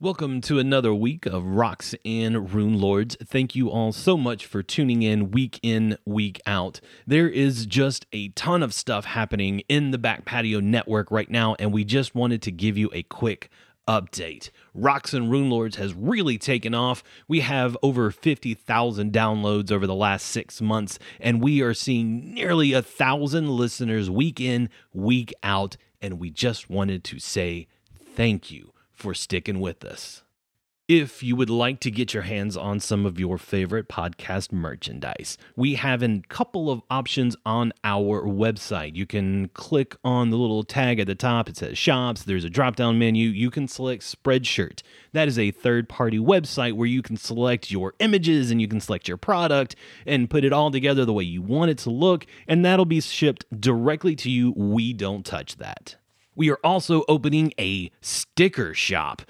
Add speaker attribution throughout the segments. Speaker 1: Welcome to another week of Rocks and Rune Lords. Thank you all so much for tuning in week in, week out. There is just a ton of stuff happening in the Back Patio Network right now, and we just wanted to give you a quick update. Rocks and Rune Lords has really taken off. We have over 50,000 downloads over the last six months, and we are seeing nearly a thousand listeners week in, week out. And we just wanted to say thank you for sticking with us. If you would like to get your hands on some of your favorite podcast merchandise, we have a couple of options on our website. You can click on the little tag at the top, it says shops, there's a drop down menu. You can select Spreadshirt. That is a third party website where you can select your images and you can select your product and put it all together the way you want it to look, and that'll be shipped directly to you. We don't touch that. We are also opening a sticker shop.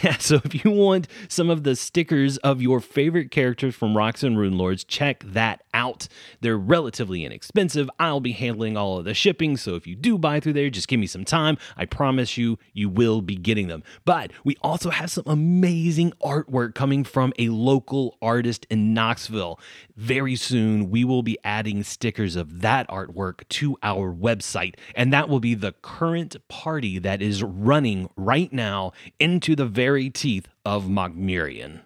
Speaker 1: so if you want some of the stickers of your favorite characters from Rocks and Rune Lords, check that out. They're relatively inexpensive. I'll be handling all of the shipping, so if you do buy through there, just give me some time. I promise you, you will be getting them. But we also have some amazing artwork coming from a local artist in Knoxville. Very soon, we will be adding stickers of that artwork to our website, and that will be the current party that is running right now into the very teeth of Mogmirian.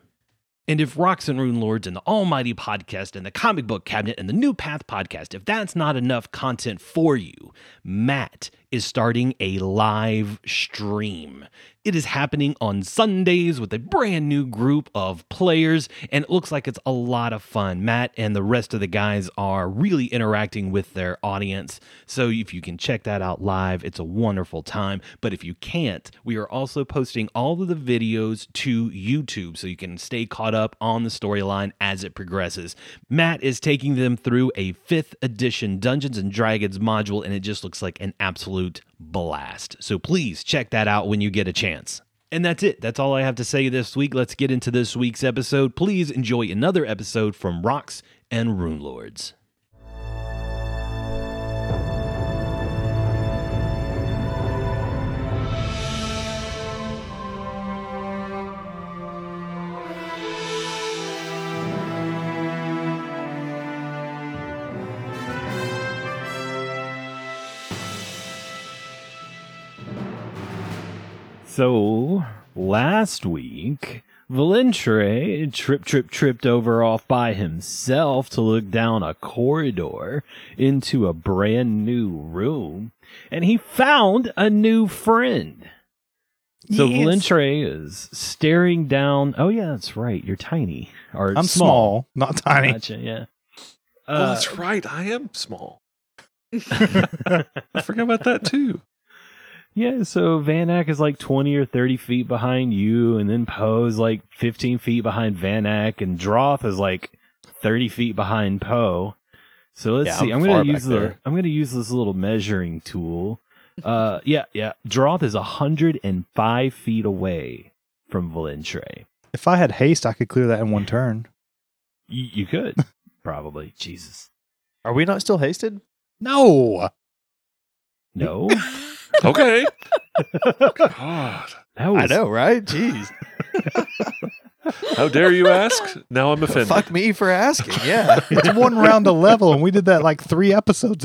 Speaker 1: And if Rocks and Rune Lords and the Almighty Podcast and the Comic Book Cabinet and the New Path Podcast, if that's not enough content for you, Matt is starting a live stream. It is happening on Sundays with a brand new group of players, and it looks like it's a lot of fun. Matt and the rest of the guys are really interacting with their audience. So if you can check that out live, it's a wonderful time. But if you can't, we are also posting all of the videos to YouTube so you can stay caught up on the storyline as it progresses. Matt is taking them through a fifth edition Dungeons and Dragons module, and it just looks like an absolute blast. So please check that out when you get a chance. And that's it. That's all I have to say this week. Let's get into this week's episode. Please enjoy another episode from Rocks and Rune Lords. So last week, Valentre trip trip tripped over off by himself to look down a corridor into a brand new room, and he found a new friend. So
Speaker 2: Yes.
Speaker 1: Valentre is staring down. Oh yeah, that's right. You're tiny. Or
Speaker 2: I'm small, not tiny.
Speaker 1: Gotcha. Yeah.
Speaker 3: oh,
Speaker 1: Uh,
Speaker 3: that's right. I am small. I forgot about that too.
Speaker 1: Yeah, so Van Ack is like 20 or 30 feet behind you, and then Poe's like 15 feet behind Van Ack, and Droth is like 30 feet behind Poe. So let's
Speaker 2: Yeah,
Speaker 1: see. I'm,
Speaker 2: I'm
Speaker 1: gonna
Speaker 2: far back
Speaker 1: use the
Speaker 2: there.
Speaker 1: I'm gonna use this little measuring tool. Uh, yeah, yeah. Droth is 105 feet away from Valentre.
Speaker 2: If I had haste, I could clear that in one turn.
Speaker 1: You, you could probably. Jesus.
Speaker 4: Are we not still hasted?
Speaker 2: No.
Speaker 1: No,
Speaker 3: Okay. God.
Speaker 1: that was
Speaker 4: I know, right? Jeez.
Speaker 3: How dare you ask? Now I'm offended.
Speaker 4: Fuck me for asking. Yeah.
Speaker 2: It's one round a level, and we did that like three episodes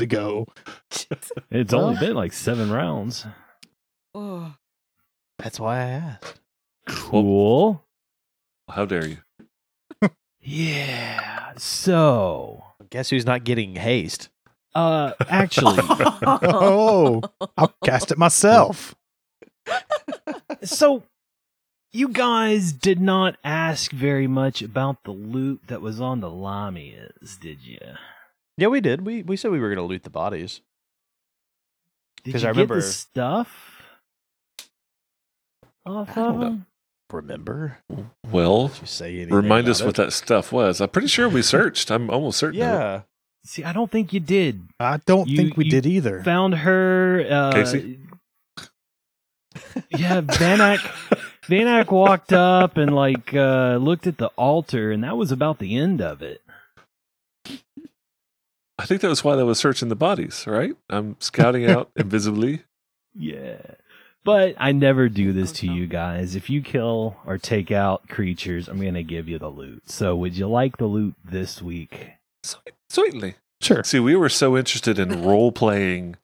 Speaker 2: ago.
Speaker 1: It's
Speaker 4: Well-
Speaker 1: only been like seven rounds.
Speaker 5: Oh,
Speaker 4: That's why I asked.
Speaker 1: Cool.
Speaker 3: How dare you?
Speaker 1: Yeah. So.
Speaker 4: Guess who's not getting haste?
Speaker 1: Uh, actually,
Speaker 2: Oh, I'll cast it myself.
Speaker 1: so you guys did not ask very much about the loot that was on the Lamias, did you?
Speaker 4: Yeah, we did. We we said we were gonna loot the bodies.
Speaker 1: Did
Speaker 4: 'Cause
Speaker 1: you
Speaker 4: I
Speaker 1: get
Speaker 4: remember-
Speaker 1: the stuff off
Speaker 4: I
Speaker 1: of
Speaker 4: don't know.
Speaker 1: them?
Speaker 4: Remember?
Speaker 3: Well,
Speaker 4: Did you say anything?
Speaker 3: remind
Speaker 4: about
Speaker 3: us what
Speaker 4: it?
Speaker 3: that stuff was. I'm pretty sure we searched. I'm almost certain. of it.
Speaker 4: Yeah.
Speaker 1: See, I don't think you did.
Speaker 2: I don't
Speaker 1: You-
Speaker 2: think we
Speaker 1: you
Speaker 2: did either.
Speaker 1: Found her. Uh,
Speaker 3: Casey?
Speaker 1: Yeah, Vanak. Vanak walked up and like uh, looked at the altar, and that was about the end of it.
Speaker 3: I think that was why they was searching the bodies, right? I'm scouting out invisibly.
Speaker 1: Yeah. But I never do this to you guys. If you kill or take out creatures, I'm going to give you the loot. So would you like the loot this week?
Speaker 3: Certainly.
Speaker 2: Sure.
Speaker 3: See, we were so interested in role playing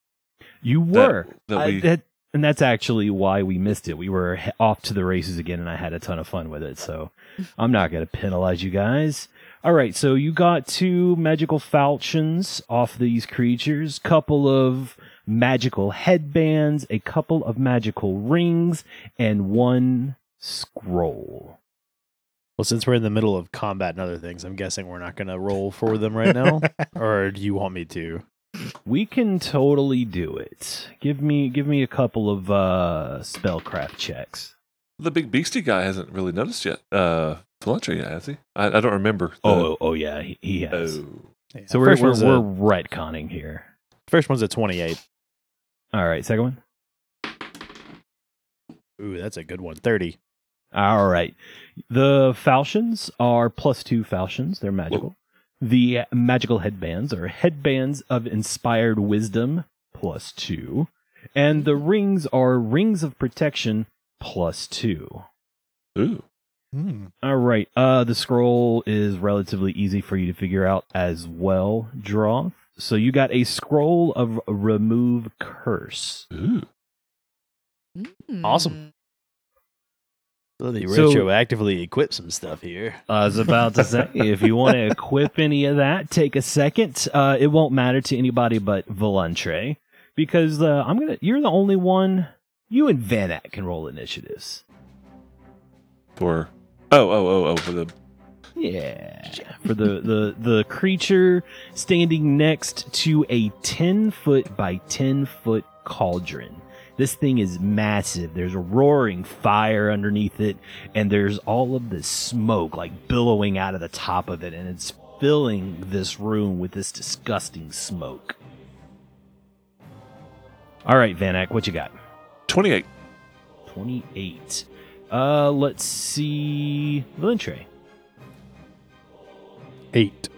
Speaker 1: You
Speaker 3: that-
Speaker 1: were.
Speaker 3: that,
Speaker 1: I-
Speaker 3: we.
Speaker 1: that- and that's actually why we missed it. We were he- off to the races again, and I had a ton of fun with it. So I'm not going to penalize you guys. All right, so you got two magical falchions off these creatures, couple of magical headbands, a couple of magical rings, and one scroll.
Speaker 4: Well, since we're in the middle of combat and other things, I'm guessing we're not going to roll for them right now. or do you want me to?
Speaker 1: We can totally do it. Give me give me a couple of uh spellcraft checks.
Speaker 3: the big beastie guy hasn't really noticed yet. Uh, Cilantro yet, has he? I, I don't remember. the-
Speaker 1: Oh, oh, oh yeah, he, he has.
Speaker 3: oh.
Speaker 4: Yeah.
Speaker 1: So we're
Speaker 4: 1st
Speaker 1: we're,
Speaker 4: one's
Speaker 1: we're
Speaker 4: a,
Speaker 1: retconning here.
Speaker 4: first one's a 28.
Speaker 1: All right, second one.
Speaker 4: Ooh, that's a good one. 30.
Speaker 1: All right. The falchions are plus two falchions. They're magical. The magical headbands are headbands of inspired wisdom plus two. And the rings are rings of protection plus two.
Speaker 3: Ooh.
Speaker 2: Hmm.
Speaker 1: All right. Uh, the scroll is relatively easy for you to figure out as well, Draw. So you got a scroll of remove curse.
Speaker 3: Ooh.
Speaker 6: Hmm.
Speaker 4: Awesome. So they
Speaker 1: So-
Speaker 4: retroactively equip some stuff here.
Speaker 1: I was about to say, if you want to equip any of that, take a second. Uh, it won't matter to anybody but Volantre, because uh, I'm gonna. You're the only one. You and Vanak can roll initiatives.
Speaker 3: For. Oh, oh, oh, oh. For the.
Speaker 1: Yeah. For the the the creature standing next to a ten foot by ten foot cauldron. This thing is massive. There's roaring fire underneath it, and there's all of this smoke like billowing out of the top of it, and it's filling this room with this disgusting smoke. All right, Vanak, what you got?
Speaker 3: 28.
Speaker 1: 28. Uh, let's see. Valentre.
Speaker 2: Eight.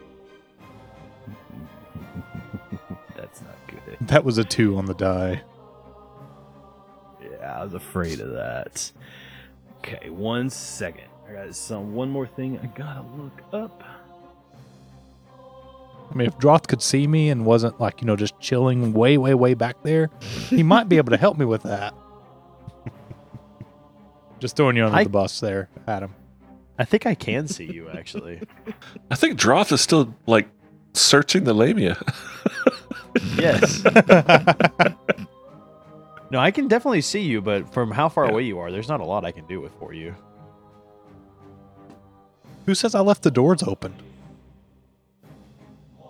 Speaker 1: That's not good.
Speaker 2: That was a two on the die.
Speaker 1: Yeah, I was afraid of that. Okay, one second. I got some one more thing I gotta look up.
Speaker 2: I mean, if Droth could see me and wasn't like you know just chilling way, way, way back there, he might be able to help me with that. just throwing you under
Speaker 4: I-
Speaker 2: the bus there, Adam.
Speaker 4: I think I can see you, actually.
Speaker 3: I think Droth is still, like, searching the Lamia.
Speaker 4: yes. No, I can definitely see you, but from how far
Speaker 3: Yeah.
Speaker 4: away you are, there's not a lot I can do with for you.
Speaker 2: Who says I left the doors open?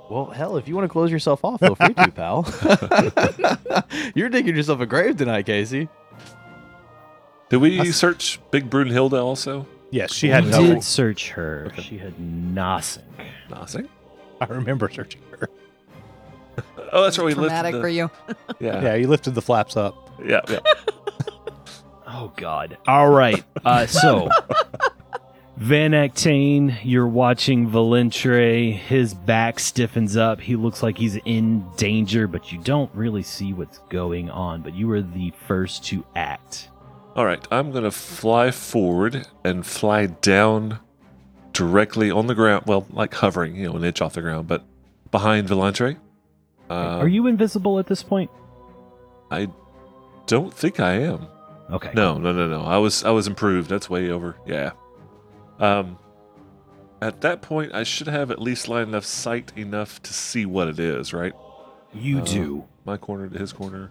Speaker 4: Well, hell, if you want to close yourself off, feel free to, pal. You're digging yourself a grave tonight, Casey.
Speaker 3: Did we search Big Brunhilde also?
Speaker 2: Yes, she had
Speaker 1: we
Speaker 2: no.
Speaker 1: did search her. She had Nosink.
Speaker 3: Nothing.
Speaker 2: I remember searching her.
Speaker 3: Oh, that's where we lifted
Speaker 6: Traumatic for
Speaker 3: the,
Speaker 6: you.
Speaker 3: yeah,
Speaker 2: Yeah, you lifted the flaps up.
Speaker 3: yeah, yeah.
Speaker 1: Oh God! All right. Uh, so, Van Actane, you're watching Valentre. His back stiffens up. He looks like he's in danger, but you don't really see what's going on. But you were the first to act.
Speaker 3: All right, I'm gonna fly forward and fly down directly on the ground. Well, like hovering, you know, an inch off the ground, but behind Volantre. Uh,
Speaker 1: Are you invisible at this point?
Speaker 3: I don't think I am.
Speaker 1: Okay.
Speaker 3: No, no, no, no. I was I was improved. That's way over. Yeah. Um. At that point, I should have at least line enough sight enough to see what it is, right?
Speaker 1: You
Speaker 3: Uh,
Speaker 1: do.
Speaker 3: my corner to his corner.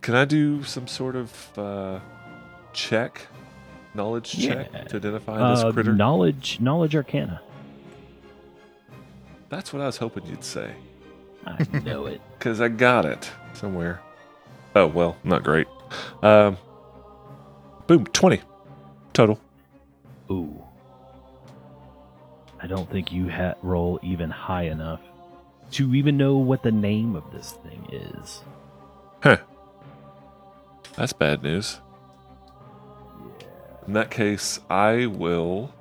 Speaker 3: Can I do some sort of uh, check, knowledge
Speaker 1: Yeah.
Speaker 3: check to identify
Speaker 1: Uh,
Speaker 3: this critter?
Speaker 1: knowledge, knowledge arcana.
Speaker 3: That's what I was hoping you'd say,
Speaker 1: I know it.
Speaker 3: because I got it somewhere. Oh well, not great. Um, boom, twenty total.
Speaker 1: Ooh. I don't think you ha- roll even high enough to even know what the name of this thing is.
Speaker 3: That's bad news. In that case, I will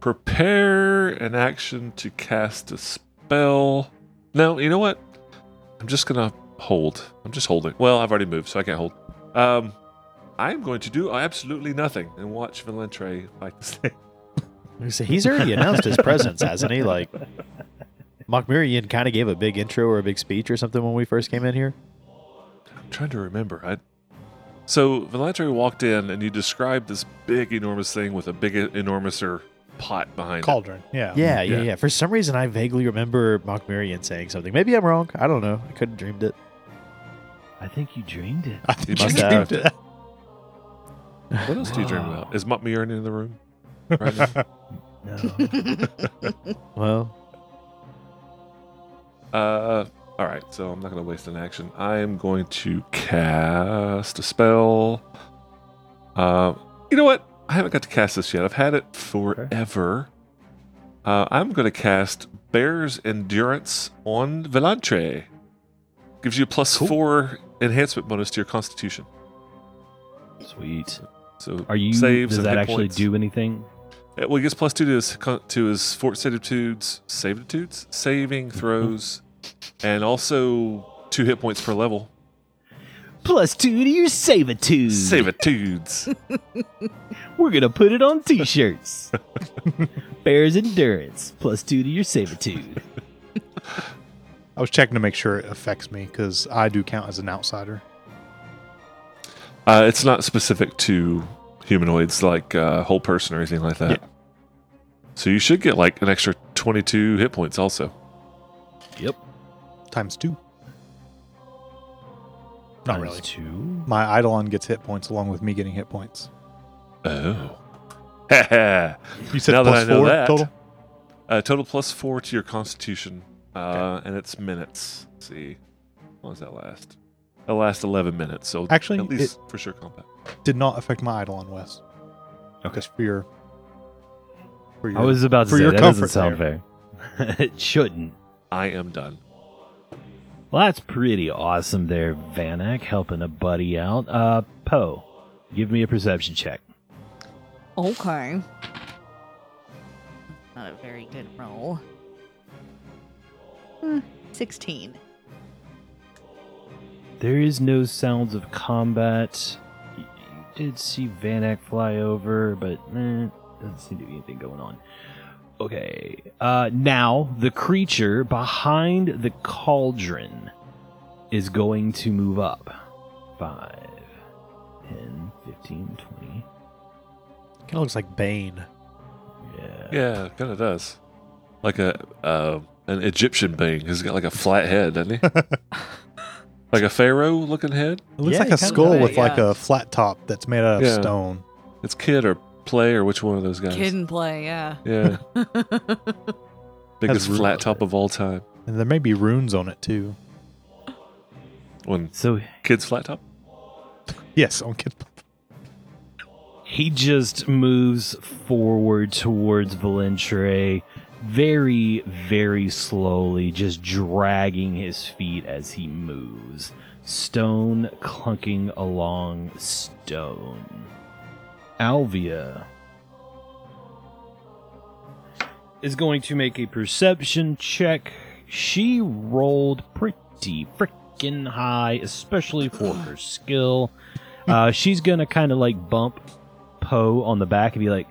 Speaker 3: prepare an action to cast a spell. No, you know what? I'm just going to hold. I'm just holding. Well, I've already moved, so I can't hold. Um, I'm going to do absolutely nothing and watch Valentre fight the snake.
Speaker 4: So he's already announced his presence, hasn't he? Like, Mockmirian kind of gave a big intro or a big speech or something when we first came in here.
Speaker 3: I'm trying to remember. I so Valentre walked in and you described this big enormous thing with a big e-, enormouser pot behind it.
Speaker 2: Cauldron. Yeah.
Speaker 4: Yeah, Oh, yeah,
Speaker 3: Yeah.
Speaker 4: yeah. For some reason, I vaguely remember Mockmirian saying something. Maybe I'm wrong. I don't know. I could have dreamed it.
Speaker 1: I think you dreamed it.
Speaker 2: I think
Speaker 3: You
Speaker 2: you
Speaker 3: must have.
Speaker 2: dreamed it.
Speaker 3: What else do you dream about? Is Mutmirin in the room? Right now?
Speaker 1: No.
Speaker 4: Well,
Speaker 3: Uh, all right, so I'm not going to waste an action. I am going to cast a spell. Uh, you know what? I haven't got to cast this yet. I've had it forever. Uh, I'm going to cast Bear's Endurance on Velantre. Gives you a plus four enhancement bonus to your Constitution.
Speaker 1: Sweet.
Speaker 3: So
Speaker 1: Are you?
Speaker 3: Saves
Speaker 1: does
Speaker 3: and
Speaker 1: that
Speaker 3: hit
Speaker 1: actually
Speaker 3: points.
Speaker 1: do anything?
Speaker 3: Uh, Well, he gets plus two to his con- to his fort savitudes, savitudes, saving
Speaker 1: Mm-hmm.
Speaker 3: throws, and also two hit points per level.
Speaker 1: Plus two to your savitude.
Speaker 3: Savitudes.
Speaker 1: We're gonna put it on t-shirts. Bears endurance. Plus two to your savitude.
Speaker 2: I was checking to make sure it affects me because I do count as an outsider.
Speaker 3: Uh, it's not specific to humanoids like uh, whole person or anything like that. So you should get like an extra 22 hit points also.
Speaker 1: Yep.
Speaker 2: Times two. Not
Speaker 1: Times
Speaker 2: really.
Speaker 1: Two.
Speaker 2: My Eidolon gets hit points along with me getting hit points.
Speaker 3: Oh. uh,
Speaker 2: You said
Speaker 3: Now that
Speaker 2: plus
Speaker 3: I know
Speaker 2: four
Speaker 3: that. uh,
Speaker 2: total?
Speaker 3: total plus four to your constitution. Uh, And it's minutes. Let's see. What does that last? That lasts 11 minutes. So
Speaker 2: Actually,
Speaker 3: at least for sure combat.
Speaker 2: Did not affect my Eidolon, Wes.
Speaker 1: Okay.
Speaker 2: Just for your. For your
Speaker 1: I was about to
Speaker 2: for
Speaker 1: say
Speaker 2: your
Speaker 1: that doesn't
Speaker 2: comfort
Speaker 1: sound fair. it shouldn't.
Speaker 3: I am done.
Speaker 1: Well, that's pretty awesome there, Vanak, helping a buddy out. Uh, Poe, give me a perception check.
Speaker 6: Okay. Not a very good roll. Hmm, 16.
Speaker 1: There is no sounds of combat. You did see Vanak fly over, but eh, doesn't seem to be anything going on. Okay. Uh, now the creature behind the cauldron is going to move up. 5, 10, 15, 20.
Speaker 4: kind of looks like Bane.
Speaker 1: Yeah.
Speaker 3: Yeah, kind of does. Like a uh, an Egyptian being who's got like a flat head, doesn't he? like a pharaoh looking head.
Speaker 2: It looks
Speaker 4: Yeah,
Speaker 2: like
Speaker 4: it
Speaker 2: a
Speaker 4: kinda
Speaker 2: skull
Speaker 6: does,
Speaker 2: with like
Speaker 6: yeah.
Speaker 2: a flat top that's made out of
Speaker 3: Yeah.
Speaker 2: stone.
Speaker 3: It's kid or play or which one of those guys?
Speaker 6: Kid and play, yeah.
Speaker 3: Yeah, biggest
Speaker 2: rude.
Speaker 3: flat top of all time.
Speaker 2: And there may be runes on it too.
Speaker 3: When
Speaker 1: So
Speaker 3: kids flat top.
Speaker 2: Yes, on Kid
Speaker 1: He just moves forward towards Valentre very, very slowly, just dragging his feet as he moves. Stone clunking along stone. Alvia is going to make a perception check. She rolled pretty freaking high, especially for her skill. Uh, she's gonna kind of like bump Poe on the back and be like,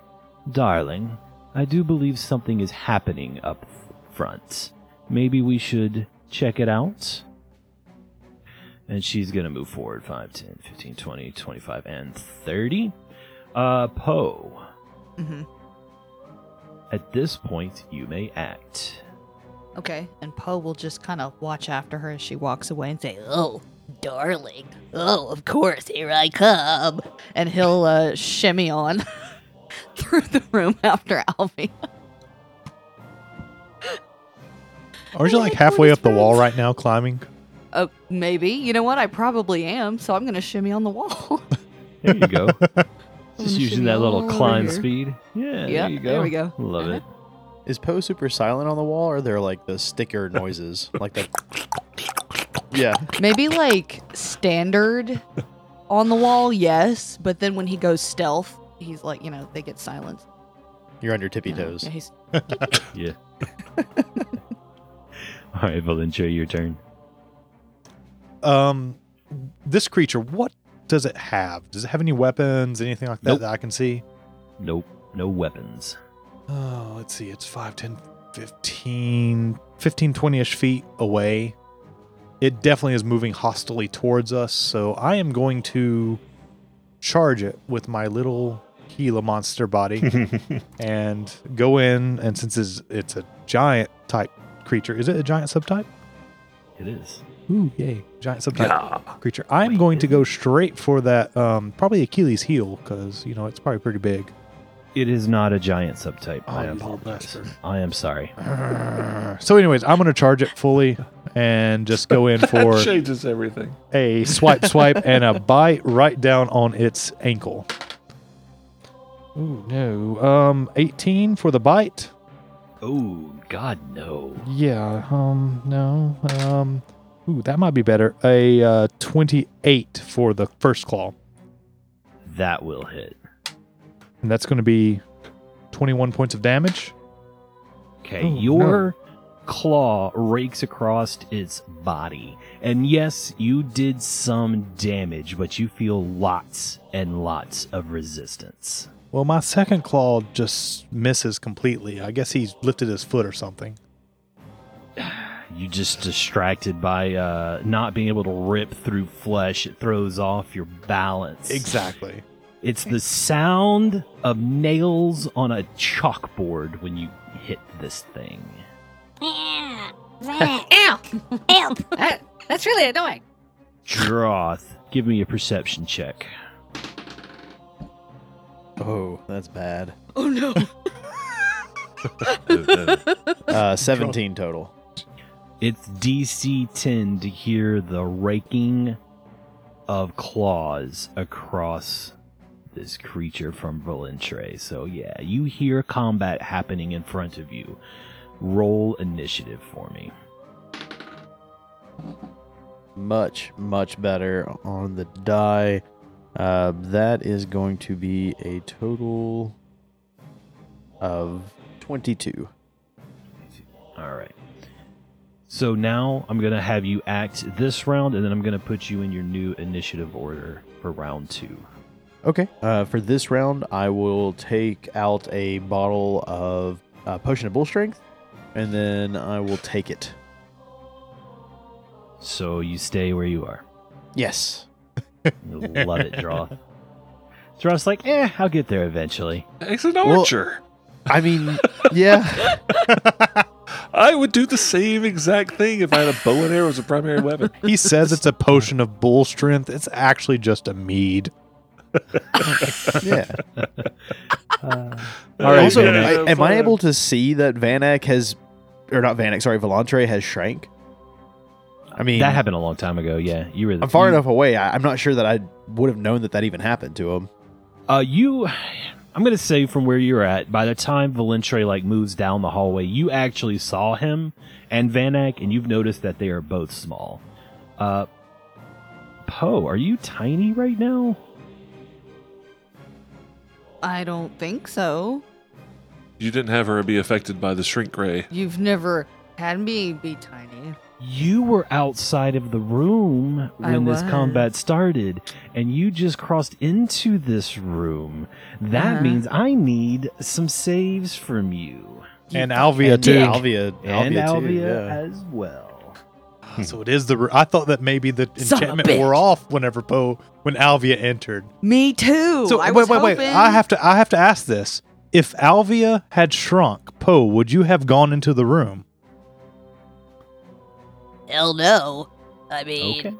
Speaker 1: "Darling, I do believe something is happening up front. Maybe we should check it out." And she's going to move forward 5, 10, 15, 20, 25, and 30. Uh, Poe,
Speaker 6: Mhm.
Speaker 1: at this point, you may act.
Speaker 6: Okay. And Poe will just kind of watch after her as she walks away and say, Oh, darling. Oh, of course, here I come. And he'll uh, shimmy on through the room after Alfie.
Speaker 2: Aren't you like halfway up the wall right now, climbing?
Speaker 6: Oh, maybe. You know what? I probably am, so I'm going to shimmy on the wall.
Speaker 1: There you go. Just
Speaker 6: I'm
Speaker 1: using that little
Speaker 6: shimmy
Speaker 1: climb
Speaker 6: over.
Speaker 1: speed. Yeah,
Speaker 6: Yeah,
Speaker 1: there you go.
Speaker 6: there we go.
Speaker 1: Love it.
Speaker 4: Is Poe super silent on the wall, or are there like the sticker noises, like the? Yeah,
Speaker 6: Maybe like standard on the wall, yes, but then when he goes stealth, he's like, you know, they get silenced.
Speaker 4: you're on your tippy
Speaker 6: You know?
Speaker 4: toes.
Speaker 6: Yeah, he's-
Speaker 1: Yeah.
Speaker 6: Uh-huh.
Speaker 1: All right, Valentia, your turn.
Speaker 2: Um, this creature, what does it have? Does it have any weapons, anything like that
Speaker 1: Nope.
Speaker 2: that I can see?
Speaker 1: Nope, no weapons.
Speaker 2: Oh, let's see. It's 5, 10, 15, 15, 20 ish feet away. It definitely is moving hostily towards us. So I am going to charge it with my little Gila monster body and go in. And since it's, it's a giant type creature, is it a giant subtype?
Speaker 1: It is.
Speaker 2: Ooh, yay. Giant subtype creature. I'm going to go straight for that, um, probably Achilles heel, because, you know, it's probably pretty big.
Speaker 1: It is not a giant subtype. I
Speaker 2: you little
Speaker 1: apologize.
Speaker 2: bastard.
Speaker 1: I am sorry.
Speaker 2: So, anyways, I'm going to charge it fully and just go in for
Speaker 3: That changes everything.
Speaker 2: a swipe, swipe, and a bite right down on its ankle. Ooh, no. Um, 18 for the bite.
Speaker 1: Oh God, no.
Speaker 2: Yeah. Um, no. Um, ooh, that might be better. A uh, 28 for the first claw.
Speaker 1: That will hit.
Speaker 2: And that's going to be 21 points of damage.
Speaker 1: Okay,
Speaker 2: Oh,
Speaker 1: your claw rakes across its body. And yes, you did some damage, but you feel lots and lots of resistance.
Speaker 2: Well, my second claw just misses completely. I guess he's lifted his foot or something.
Speaker 1: You just distracted by uh, not being able to rip through flesh. It throws off your balance.
Speaker 2: Exactly.
Speaker 1: It's the sound of nails on a chalkboard when you hit this thing.
Speaker 7: Ow! Ow! That- That's really annoying.
Speaker 1: Droth, give me a perception check.
Speaker 4: Oh, that's bad.
Speaker 6: Oh no.
Speaker 4: Uh, 17 total.
Speaker 1: It's DC 10 to hear the raking of claws across this creature from Valentre. So, yeah, you hear combat happening in front of you. Roll initiative for me.
Speaker 4: Much, much better on the die. Uh, that is going to be a total of 22.
Speaker 1: All right. So now I'm going to have you act this round, and then I'm going to put you in your new initiative order for round two.
Speaker 4: Okay. Uh, for this round, I will take out a bottle of uh, potion of bull strength, and then I will take it.
Speaker 1: So you stay where you are.
Speaker 4: Yes.
Speaker 1: You'll love it, Droth. Droth's like, eh, I'll get there eventually.
Speaker 3: As an
Speaker 4: Well-
Speaker 3: archer,
Speaker 4: I mean, yeah.
Speaker 3: I would do the same exact thing if I had a bow and arrow as a primary weapon.
Speaker 2: He says it's a potion of bull strength. It's actually just a mead.
Speaker 4: Yeah.
Speaker 2: All right,
Speaker 4: also,
Speaker 2: Vanek.
Speaker 4: I, am I able to see that Vanek has, or not Vanek, sorry, Volantre has shrank? I mean,
Speaker 1: That happened a long time ago. Yeah, you were.
Speaker 4: I'm far
Speaker 1: you-
Speaker 4: enough away. I, I'm not sure that I would have known that that even happened to him.
Speaker 1: Uh, you, I'm gonna say from where you're at. By the time Valentre like moves down the hallway, you actually saw him and Vanak, and you've noticed that they are both small. Uh, Poe, are you tiny right now?
Speaker 6: I don't think so.
Speaker 3: You didn't have her be affected by the shrink ray.
Speaker 6: You've never had me be tiny.
Speaker 1: You were outside of the room
Speaker 6: I
Speaker 1: when this
Speaker 6: was.
Speaker 1: combat started, and you just crossed into this room. That
Speaker 6: Uh-huh.
Speaker 1: means I need some saves from you
Speaker 2: And Alvia too.
Speaker 4: Alvia,
Speaker 1: and
Speaker 4: Alvia, too,
Speaker 1: Alvia
Speaker 4: yeah.
Speaker 1: as well.
Speaker 2: Hmm. So it is the. I thought that maybe the
Speaker 6: Son of a
Speaker 2: enchantment
Speaker 6: bitch.
Speaker 2: wore off whenever Poe when Alvia entered.
Speaker 6: Me too.
Speaker 2: So
Speaker 6: I
Speaker 2: wait,
Speaker 6: was
Speaker 2: wait, wait.
Speaker 6: hoping-
Speaker 2: I have to. I have to ask this. If Alvia had shrunk, Poe, would you have gone into the room?
Speaker 7: Hell no. I mean,
Speaker 1: Okay.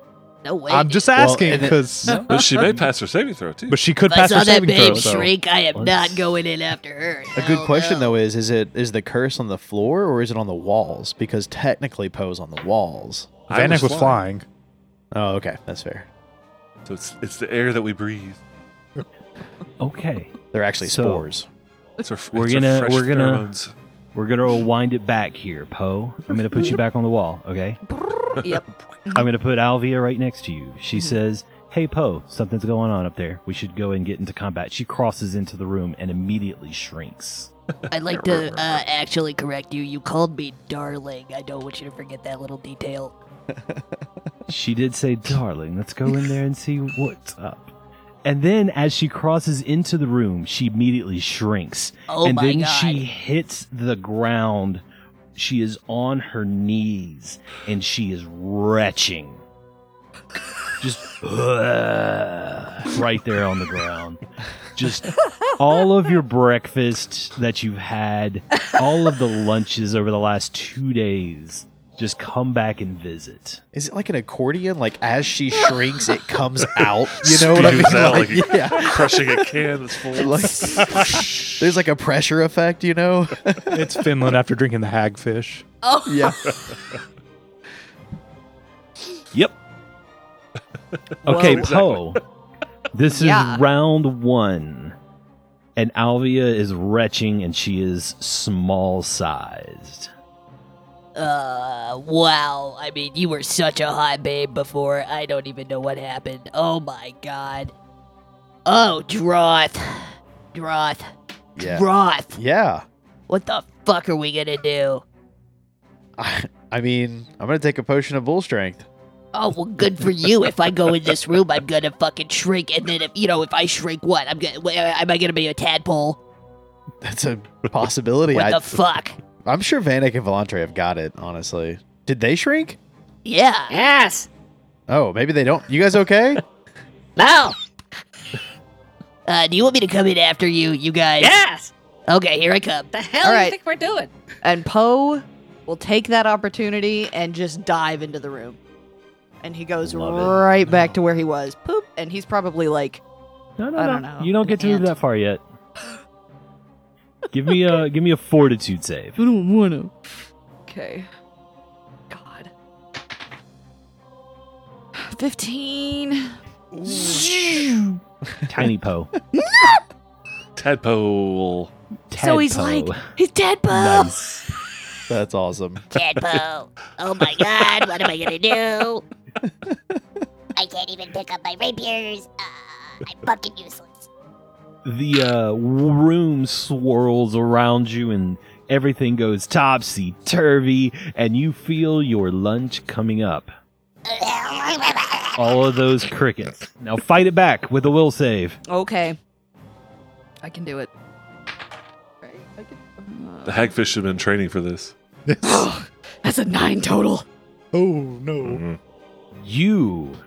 Speaker 7: no way.
Speaker 2: I'm just
Speaker 7: dude.
Speaker 2: asking
Speaker 4: and it-
Speaker 2: because,
Speaker 3: But she may pass her saving throw too.
Speaker 2: but she could
Speaker 7: If I
Speaker 2: pass
Speaker 7: saw
Speaker 2: her
Speaker 7: that
Speaker 2: saving
Speaker 7: babe
Speaker 2: throw. so-
Speaker 7: shrink, I am
Speaker 1: Let's-
Speaker 7: not going in after her.
Speaker 4: A good question though is: is it is the curse on the floor or is it on the walls? Because technically, Poe's on the walls.
Speaker 3: I
Speaker 2: Vanek was flying.
Speaker 4: Oh, okay, that's fair.
Speaker 3: So it's it's the air that we breathe.
Speaker 1: Okay.
Speaker 4: They're actually
Speaker 1: So-
Speaker 4: spores.
Speaker 3: It's our,
Speaker 1: We're
Speaker 3: it's our
Speaker 1: gonna-
Speaker 3: fresh
Speaker 1: we're gonna-
Speaker 3: pheromones.
Speaker 1: We're gonna wind it back here, Poe. I'm gonna put you back on the wall, okay?
Speaker 6: Yep. Mm-hmm.
Speaker 1: I'm gonna put Alvia right next to you. She says, "Hey, Poe, something's going on up there. We should go and get into combat." She crosses into the room and immediately shrinks.
Speaker 7: I'd like to uh, actually correct you. You called me darling. I don't want you to forget that little detail.
Speaker 1: she did say, "Darling, let's go in there and see what's up." And then, as she crosses into the room, she immediately shrinks,
Speaker 7: Oh
Speaker 1: and
Speaker 7: my
Speaker 1: then
Speaker 7: god.
Speaker 1: she hits the ground. She is on her knees and she is retching, just right there on the ground. Just all of your breakfast that you've had, all of the lunches over the last two days, just come back and visit.
Speaker 4: Is it like an accordion? Like as she shrinks, it comes out. You know what I mean?
Speaker 3: Spews out like
Speaker 4: yeah.
Speaker 3: Crushing a can that's full.
Speaker 4: Like, there's like a pressure effect, you know?
Speaker 2: It's Finland after drinking the hagfish.
Speaker 7: oh,
Speaker 4: yeah.
Speaker 1: Yep. okay,
Speaker 3: Whoa.
Speaker 1: Poe. This is
Speaker 6: Yeah.
Speaker 1: round one. And Alvia is retching and she is small sized.
Speaker 7: uh, wow. I mean, you were such a hot babe before. I don't even know what happened. Oh my god. Oh, Droth. Droth.
Speaker 4: Yeah.
Speaker 7: Droth.
Speaker 4: Yeah.
Speaker 7: What the fuck are we gonna do?
Speaker 4: I, I mean, I'm going to take a potion of bull strength.
Speaker 7: Oh, well, good for you. If I go in this room, I'm gonna fucking shrink. And then, if you know, if I shrink, what? I'm gonna. wh- Am I gonna be a tadpole?
Speaker 4: That's a possibility.
Speaker 7: What
Speaker 4: I,
Speaker 7: the fuck?
Speaker 4: I'm sure Vanek and Volantre have got it, honestly. Did they shrink?
Speaker 7: Yeah. Yes.
Speaker 4: Oh, maybe they don't. You guys okay?
Speaker 7: No. Uh, do you want me to come in after you, you guys?
Speaker 8: Yes.
Speaker 7: Okay, here I come.
Speaker 8: The hell
Speaker 6: All
Speaker 8: do
Speaker 6: right.
Speaker 8: you think we're doing?
Speaker 6: And Poe will take that opportunity and just dive into the room. And he goes
Speaker 1: Love it.
Speaker 6: right back to where he was. Poop. And he's probably like,
Speaker 1: No, no,
Speaker 6: I
Speaker 1: no.
Speaker 6: don't know,
Speaker 1: You don't
Speaker 6: an
Speaker 1: get to move
Speaker 6: ant.
Speaker 1: that far yet. give me a give me a fortitude save.
Speaker 6: don't want to. Okay. God. 15.
Speaker 1: Tiny Poe.
Speaker 3: Tadpole.
Speaker 6: So he's
Speaker 1: Tad
Speaker 6: like,
Speaker 1: Poe.
Speaker 6: he's dead, Poe.
Speaker 1: nice.
Speaker 4: That's awesome.
Speaker 7: Tadpole. Oh my god, what am I gonna do? I can't even pick up my rapiers. Uh, I'm fucking useless.
Speaker 1: the uh, room swirls around you and everything goes topsy turvy and you feel your lunch coming up. All of those crickets. Now fight it back with a will save.
Speaker 6: Okay. I can do it. Right? I can. uh,
Speaker 3: The hagfish should have been training for this.
Speaker 6: that's a nine total.
Speaker 2: Oh no!
Speaker 3: Mhm.
Speaker 1: You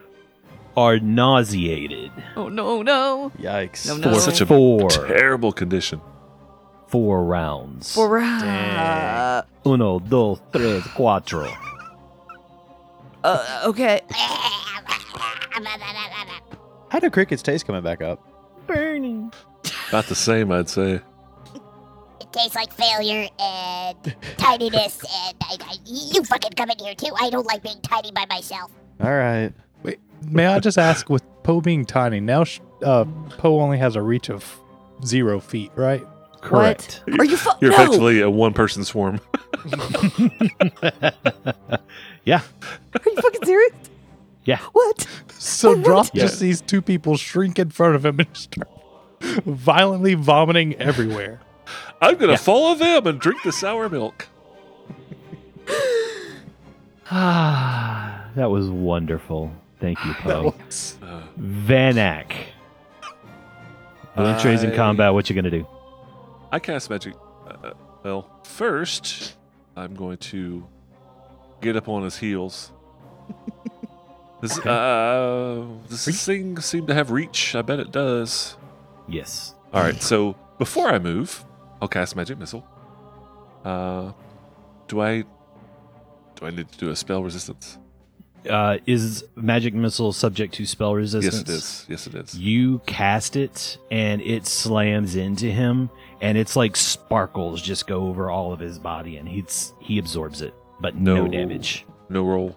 Speaker 1: are nauseated.
Speaker 6: Oh, no, no.
Speaker 4: Yikes.
Speaker 6: No, no.
Speaker 1: For
Speaker 3: Such a
Speaker 1: four,
Speaker 3: Terrible condition.
Speaker 1: four rounds.
Speaker 6: For uh,
Speaker 4: Dang.
Speaker 1: Uno, dos, tres, cuatro.
Speaker 6: uh, okay.
Speaker 4: How do crickets taste coming back up?
Speaker 1: Burning.
Speaker 3: Not the same, I'd say.
Speaker 9: It tastes like failure and tidiness, and I, I, you fucking come in here too. I don't like being tidy by myself.
Speaker 4: All right.
Speaker 2: Wait, may I just ask? With Poe being tiny, now sh- uh, Poe only has a reach of zero feet, right?
Speaker 1: Correct.
Speaker 6: Are you fu-
Speaker 3: You're
Speaker 6: no.
Speaker 3: effectively a one person swarm.
Speaker 6: Are you fucking serious?
Speaker 1: Yeah.
Speaker 6: What?
Speaker 2: So
Speaker 6: What?
Speaker 2: Droth
Speaker 1: Yeah.
Speaker 2: just sees two people shrink in front of him and start violently vomiting everywhere.
Speaker 3: I'm going to
Speaker 1: Yeah.
Speaker 3: follow them and drink the sour milk.
Speaker 1: Ah, that was wonderful. Thank you, Poe.
Speaker 3: Uh,
Speaker 1: Vanak. Valentre's in
Speaker 3: I-
Speaker 1: combat. What you gonna do?
Speaker 3: I cast magic. Uh, well, first, I'm going to get up on his heels. Does, uh, does this thing seem to have reach? I bet it does.
Speaker 1: Yes.
Speaker 3: All right, so before I move, I'll cast magic missile. Uh, do I do I need to do a spell resistance?
Speaker 1: Uh, is magic missile subject to spell resistance?
Speaker 3: Yes, it is. Yes, it is.
Speaker 1: You cast it, and it slams into him, and it's like sparkles just go over all of his body, and he's he absorbs it, but no,
Speaker 3: No.
Speaker 1: damage,
Speaker 3: No roll.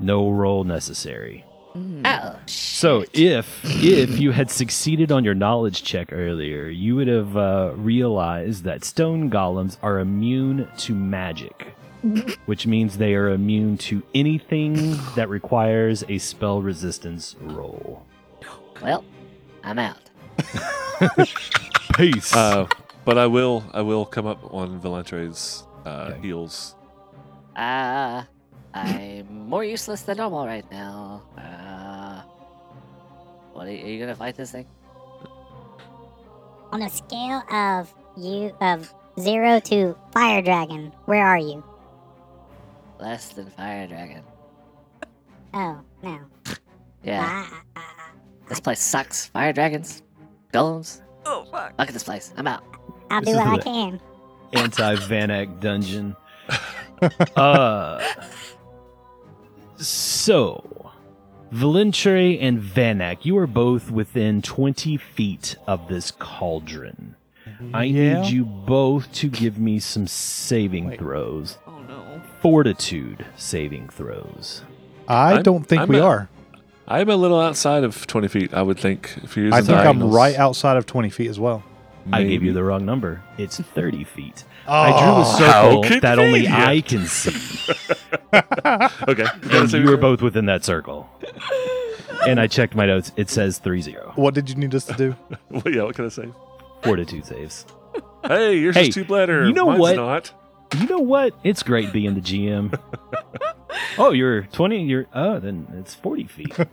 Speaker 1: no roll necessary.
Speaker 7: Mm.
Speaker 8: Oh.
Speaker 1: So if if you had succeeded on your knowledge check earlier, you would have uh, realized that stone golems are immune to magic, which means they are immune to anything that requires a spell resistance roll.
Speaker 8: Well, I'm out.
Speaker 1: Peace.
Speaker 3: Uh, but I will I will come up on Valentre's uh,
Speaker 1: Okay.
Speaker 3: heels.
Speaker 8: Uh, I'm more useless than normal right now. Uh, what are you, are you gonna fight this thing?
Speaker 7: On a scale of you of zero to fire dragon, where are you?
Speaker 8: Less than fire dragon.
Speaker 7: Oh no.
Speaker 8: Yeah,
Speaker 7: Ah, ah, ah,
Speaker 8: this place sucks. Fire dragons, golems.
Speaker 6: Oh fuck.
Speaker 8: Look at this place. I'm out.
Speaker 7: ah. I'll
Speaker 1: This
Speaker 7: do what
Speaker 1: is
Speaker 7: I
Speaker 1: the-
Speaker 7: can.
Speaker 1: anti Vanak dungeon. uh, so, Valentre and Vanak, you are both within 20 feet of this cauldron. I
Speaker 2: Yeah.
Speaker 1: need you both to give me some saving
Speaker 2: Wait.
Speaker 1: throws.
Speaker 6: Oh no.
Speaker 1: Fortitude saving throws.
Speaker 2: I
Speaker 3: I'm-
Speaker 2: don't think
Speaker 3: I'm
Speaker 2: we
Speaker 3: a-
Speaker 2: are.
Speaker 3: I'm a little outside of 20 feet, I would think. If you're
Speaker 2: I
Speaker 3: using
Speaker 2: think I'm
Speaker 3: diagonals,
Speaker 2: right outside of 20 feet as well.
Speaker 1: I gave
Speaker 3: maybe.
Speaker 1: you the wrong number. It's 30 feet. I drew a circle
Speaker 3: how
Speaker 1: that only
Speaker 3: convenient.
Speaker 1: I can see.
Speaker 3: Okay.
Speaker 1: and you were both within that circle. And I checked my notes. It says 3 0.
Speaker 2: What did you need us to do?
Speaker 3: Well, yeah, what can I say?
Speaker 1: Fortitude saves.
Speaker 3: Hey, yours
Speaker 1: Hey,
Speaker 3: is two bladder.
Speaker 1: you know
Speaker 3: Mine's
Speaker 1: what?
Speaker 3: not.
Speaker 1: You know what? It's great being the GM. oh, you're 20. You're oh, then it's 40 feet. Uh,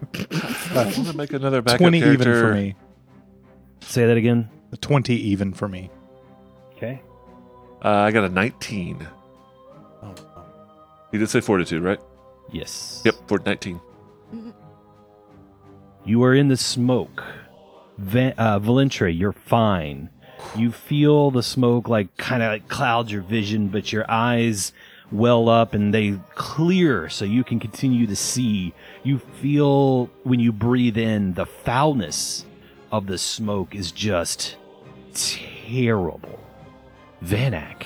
Speaker 3: I want to make another backup
Speaker 2: 20 even
Speaker 3: character.
Speaker 2: for me.
Speaker 1: Say that again.
Speaker 2: 20 even for me.
Speaker 1: Okay.
Speaker 3: Uh, I got a 19.
Speaker 2: Oh,
Speaker 3: You did say fortitude, right?
Speaker 1: Yes.
Speaker 3: Yep, for 19.
Speaker 1: You are in the smoke. Ven- uh, Valentre, you're fine. You feel the smoke like kind of like clouds your vision, but your eyes well up and they clear so you can continue to see. You feel when you breathe in the foulness of the smoke is just terrible. Vanak,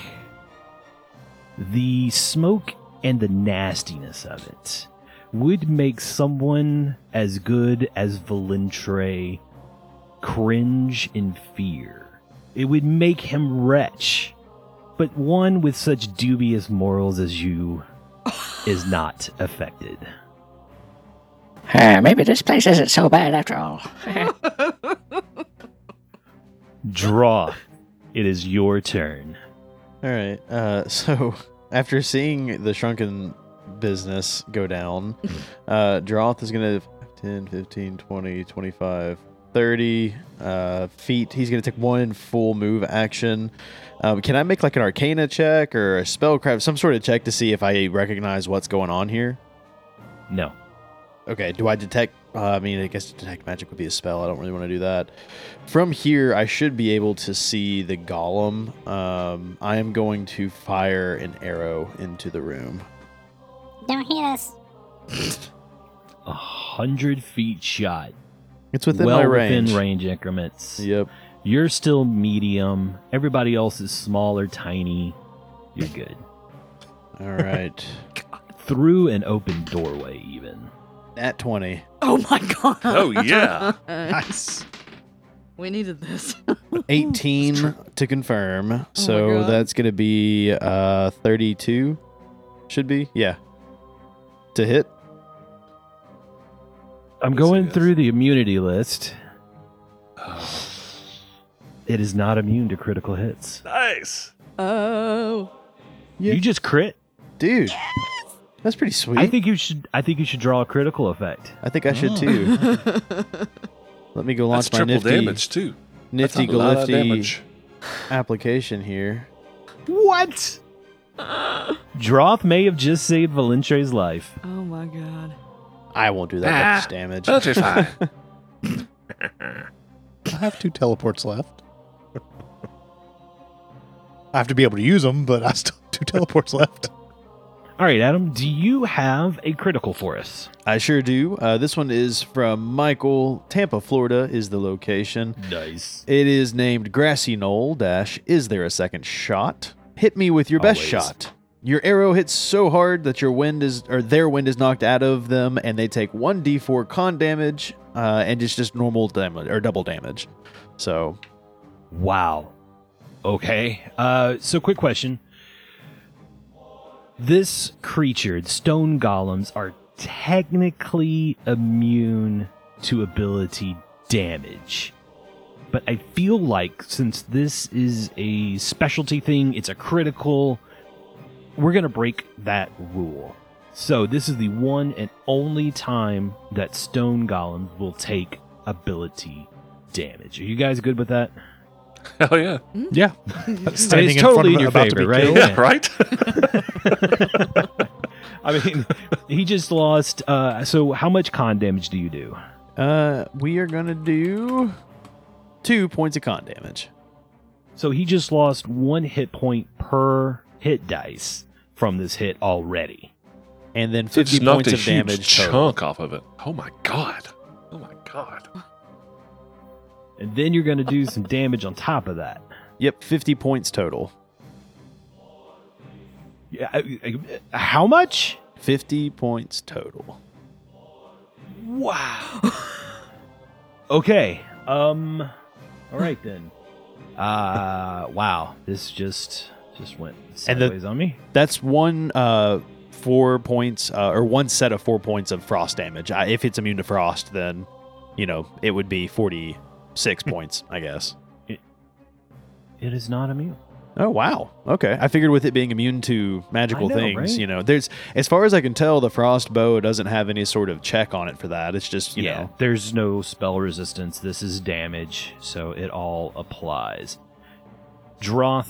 Speaker 1: the smoke and the nastiness of it would make someone as good as Valentre cringe in fear. It would make him retch. But one with such dubious morals as you is not affected.
Speaker 8: Uh, maybe this place isn't so bad after all.
Speaker 1: Draw. It is your turn.
Speaker 4: All right. Uh, so after seeing the shrunken business go down, uh, Droth is going to 10, 15, 20, 25, 30 uh, feet. He's going to take one full move action. Um, can I make like an arcana check or a spellcraft, some sort of check to see if I recognize what's going on here?
Speaker 1: No.
Speaker 4: Okay, do I detect? Uh, I mean, I guess detect magic would be a spell. I don't really want to do that. From here, I should be able to see the golem. Um, I am going to fire an arrow into the room.
Speaker 7: Don't hit us.
Speaker 1: A hundred feet shot.
Speaker 4: It's within
Speaker 1: well
Speaker 4: my range.
Speaker 1: within range increments.
Speaker 4: Yep.
Speaker 1: You're still medium. Everybody else is small or tiny. You're good.
Speaker 4: All right.
Speaker 1: Through an open doorway, even.
Speaker 4: At twenty.
Speaker 6: Oh my god.
Speaker 3: Oh, yeah.
Speaker 2: Nice.
Speaker 6: we needed this.
Speaker 4: 18 to confirm. So
Speaker 6: God.
Speaker 4: that's going to be uh 32 should be. Yeah. To hit.
Speaker 1: I'm
Speaker 3: Yes, it
Speaker 1: going
Speaker 3: is.
Speaker 1: through the immunity list. It is not immune to critical hits.
Speaker 3: Nice.
Speaker 6: Oh.
Speaker 4: Yeah.
Speaker 1: You just crit.
Speaker 4: Dude. That's pretty sweet.
Speaker 1: I think you should. I think you should draw a critical effect.
Speaker 4: I think I should
Speaker 2: Oh.
Speaker 4: too. Let me go
Speaker 3: That's
Speaker 4: launch my
Speaker 3: triple
Speaker 4: nifty
Speaker 3: damage, too. That's
Speaker 4: nifty
Speaker 3: a lot of
Speaker 4: galifty
Speaker 3: damage.
Speaker 4: application here.
Speaker 1: What? Droth may have just saved Valentre's life.
Speaker 6: Oh my god.
Speaker 4: I won't do that much damage.
Speaker 3: Ah. That's just fine. Oh,
Speaker 2: I have two teleports left. I have to be able to use them, but I still have two teleports left.
Speaker 1: All right, Adam. Do you have a critical for us?
Speaker 4: I sure do. Uh, this one is from Michael. Tampa, Florida is the location.
Speaker 1: Nice.
Speaker 4: It is named Grassy Knoll Dash. Is there a second shot? Hit me with your best
Speaker 1: Always.
Speaker 4: shot. Your arrow hits so hard that your wind is or their wind is knocked out of them, and they take one d4 con damage, uh, and it's just normal damage or double damage. So
Speaker 1: Wow. Okay. Uh, so, quick question. This creature, the stone golems, are technically immune to ability damage. But I feel like since this is a specialty thing, it's a critical, we're going to break that rule. So this is the one and only time that stone golems will take ability damage. Are you guys good with that?
Speaker 4: Oh,
Speaker 3: Hell yeah.
Speaker 2: Yeah.
Speaker 1: it's totally in your
Speaker 2: about to be
Speaker 1: favor, right?
Speaker 2: killed.
Speaker 1: Yeah.
Speaker 3: Right?
Speaker 1: I mean, he just lost. Uh, so how much con damage do you do?
Speaker 4: Uh, we are gonna do two points of con damage.
Speaker 1: So he just lost one hit point per hit dice from this hit already.
Speaker 4: and then
Speaker 3: So it
Speaker 4: 50
Speaker 3: just knocked
Speaker 4: points
Speaker 3: a
Speaker 4: of
Speaker 3: huge
Speaker 4: damage total.
Speaker 3: chunk off of it. Oh my god. Oh my god.
Speaker 1: And then you're going to do some damage on top of that.
Speaker 4: Yep, 50 points total.
Speaker 1: Yeah, I- I- how much?
Speaker 4: 50 points total.
Speaker 1: Wow. okay. Um. All right then. Uh. Wow. This just just went
Speaker 4: And the-
Speaker 1: sideways on me.
Speaker 4: That's one uh four points uh, or one set of four points of frost damage. I, if it's immune to frost then, you know, it would be 46 points, I guess.
Speaker 1: It is not immune.
Speaker 4: Oh wow. Okay. I figured with it being immune to magical
Speaker 1: know,
Speaker 4: things,
Speaker 1: right?
Speaker 4: you know, there's as far as I can tell the frost bow doesn't have any sort of check on it for that. It's just, you
Speaker 1: yeah.
Speaker 4: know.
Speaker 1: There's no spell resistance. This is damage, so it all applies. Droth.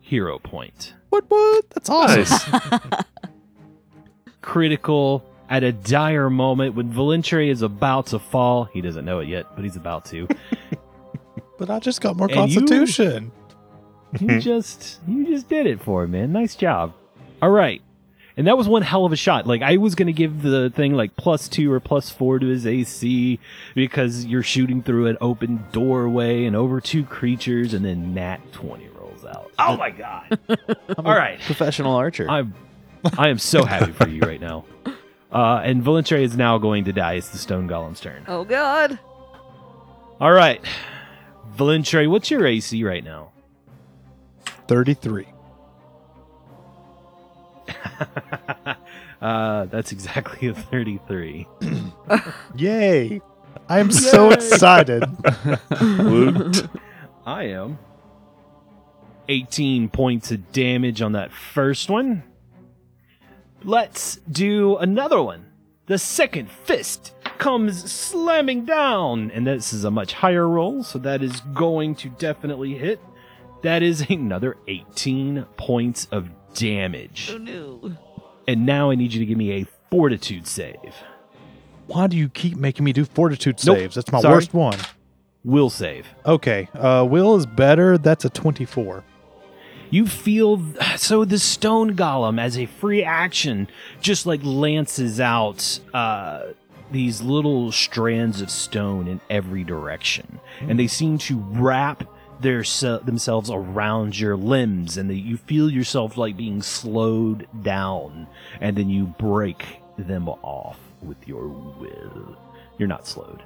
Speaker 1: Hero point.
Speaker 4: What what? That's awesome.
Speaker 3: Nice.
Speaker 1: critical at a dire moment when Valentre is about to fall. He doesn't know it yet, but he's about to.
Speaker 2: But I just got more
Speaker 1: And you-
Speaker 2: constitution.
Speaker 1: you just you just did it for him, man. Nice job. All right. And that was one hell of a shot. Like I was gonna give the thing like plus two or plus four to his AC because you're shooting through an open doorway and over two creatures, and then Nat twenty rolls out. Oh my god!
Speaker 4: I'm a
Speaker 1: All right.
Speaker 4: Professional archer.
Speaker 1: I'm I am so happy for you right now. Uh, and Valentre is now going to die. It's the Stone Golem's turn.
Speaker 6: Oh God.
Speaker 1: All right. Valentre, what's your AC right now?
Speaker 2: 33.
Speaker 1: uh, that's exactly a 33.
Speaker 2: Yay. I am so excited.
Speaker 3: Woot.
Speaker 1: I am. 18 points of damage on that first one. Let's do another one. The second fist comes slamming down, and this is a much higher roll, so that is going to definitely hit. That is another 18 points of damage.
Speaker 6: Oh no.
Speaker 1: And now I need you to give me a fortitude save.
Speaker 2: Why do you keep making me do fortitude
Speaker 1: Nope.
Speaker 2: saves? That's my
Speaker 1: Sorry.
Speaker 2: worst one.
Speaker 1: Will save.
Speaker 2: Okay. Uh, will is better. That's a 24.
Speaker 1: You feel so the stone golem as a free action just like lances out uh, these little strands of stone in every direction, and they seem to wrap their se- themselves around your limbs, and that you feel yourself like being slowed down, and then you break them off with your will. You're not slowed.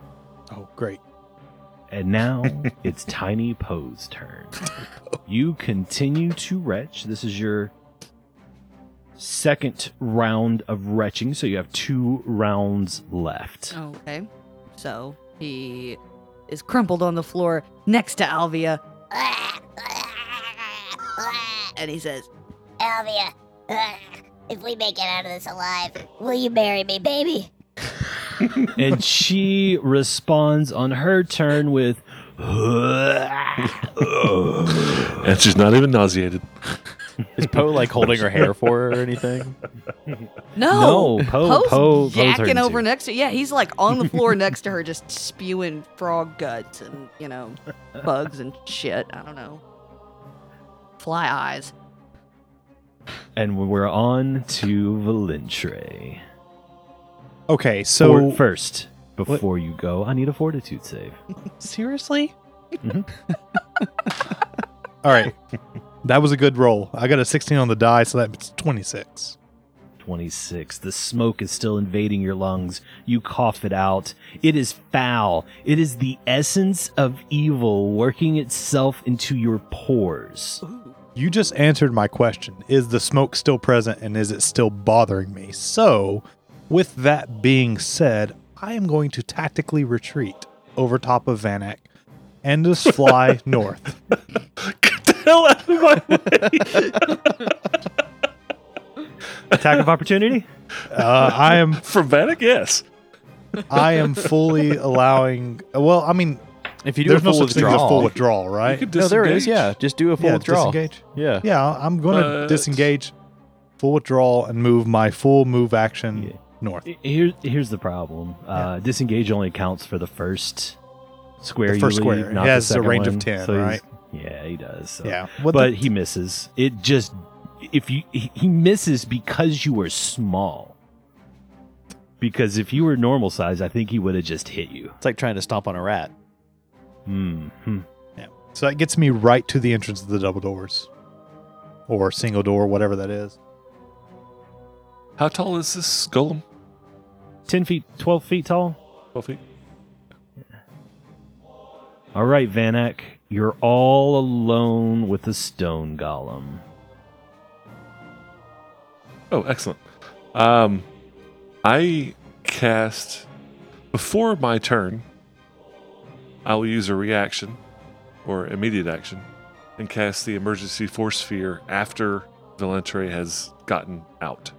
Speaker 2: Oh, great.
Speaker 1: And now it's Tiny Poe's turn. You continue to retch. This is your second round of retching, so you have two rounds left.
Speaker 6: Okay. So he is crumpled on the floor next to Alvia, and he says,
Speaker 7: Alvia, if we make it out of this alive, will you marry me, baby?
Speaker 1: And she responds on her turn with "Oh,
Speaker 3: and she's not even nauseated.
Speaker 4: Is Poe like holding her hair for her or anything?
Speaker 6: "No."
Speaker 1: No, oh, Poe,
Speaker 6: Poe's
Speaker 1: Poe, Poe's
Speaker 6: yakking
Speaker 1: hurting
Speaker 6: over
Speaker 1: too.
Speaker 6: next to yeah, he's like on the floor next to her, just spewing frog guts and you know bugs and shit. I don't know, fly eyes.
Speaker 1: And we're on to Valentre.
Speaker 2: Okay. So,
Speaker 1: So first, before you go, I need a fortitude save.
Speaker 2: seriously?
Speaker 1: Mhm.
Speaker 2: All right. That was a good roll. I got a 16 on the die, so that's 26.
Speaker 1: 26. The smoke is still invading your lungs. You cough it out. It is foul. It is the essence of evil working itself into your pores.
Speaker 2: You just answered my question. Is the smoke still present and is it still bothering me? So, with that being said, I am going to tactically retreat over top of Vanek and just fly north.
Speaker 3: Get the hell out of my way.
Speaker 1: Attack of opportunity?
Speaker 2: Uh, I am
Speaker 3: From Vanek, yes.
Speaker 2: I am fully allowing. Well, I mean,
Speaker 4: If you do
Speaker 2: there's
Speaker 4: a
Speaker 2: no
Speaker 4: full
Speaker 2: such thing as a
Speaker 4: withdrawal,
Speaker 2: full withdrawal,
Speaker 3: You
Speaker 2: right?
Speaker 3: could
Speaker 4: no,
Speaker 3: disengage.
Speaker 4: there is. Yeah, just do a full
Speaker 2: yeah,
Speaker 4: withdrawal.
Speaker 2: disengage.
Speaker 4: Yeah,
Speaker 2: Yeah, I'm going to
Speaker 3: But-
Speaker 2: disengage, full withdrawal, and move my full move action
Speaker 1: Yeah.
Speaker 2: north.
Speaker 1: Here, here's the problem. Uh, disengage only accounts for the first square.
Speaker 2: The
Speaker 1: you
Speaker 2: first
Speaker 1: leave,
Speaker 2: square.
Speaker 1: not
Speaker 2: He has
Speaker 1: the
Speaker 2: a
Speaker 1: second
Speaker 2: range of
Speaker 1: one.
Speaker 2: 10,
Speaker 1: he's-
Speaker 2: right?
Speaker 1: Yeah, he does. so.
Speaker 2: Yeah, what
Speaker 1: but
Speaker 2: the-
Speaker 1: he misses. It just if you he he misses because you were small. Because if you were normal size, I think he would have just hit you.
Speaker 4: it's like trying to stomp on a rat.
Speaker 1: Hmm. hmm.
Speaker 2: so that gets me right to the entrance of the double doors, or single door, whatever that is.
Speaker 3: How tall is this golem?
Speaker 1: Ten feet, twelve feet tall.
Speaker 3: 12 feet.
Speaker 1: All right, Vanek, you're all alone with the stone golem.
Speaker 3: Oh, excellent. Um, I cast before my turn. I will use a reaction or immediate action and cast the emergency force sphere after Valentre has gotten out.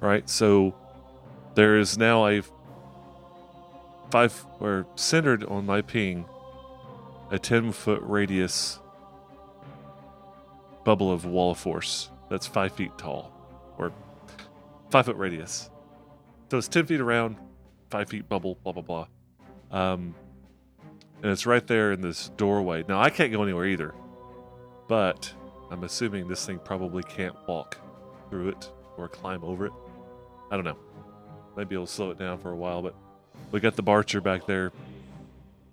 Speaker 3: Right, so there is now a five or centered on my ping a 10 foot radius bubble of wall of force that's five feet tall or five foot radius. So it's 10 feet around, five feet bubble, blah, blah, blah. Um, and it's right there in this doorway. Now, I can't go anywhere either, but I'm assuming this thing probably can't walk through it or climb over it. I don't know. Maybe it'll slow it down for a while, but we got the Barcher back there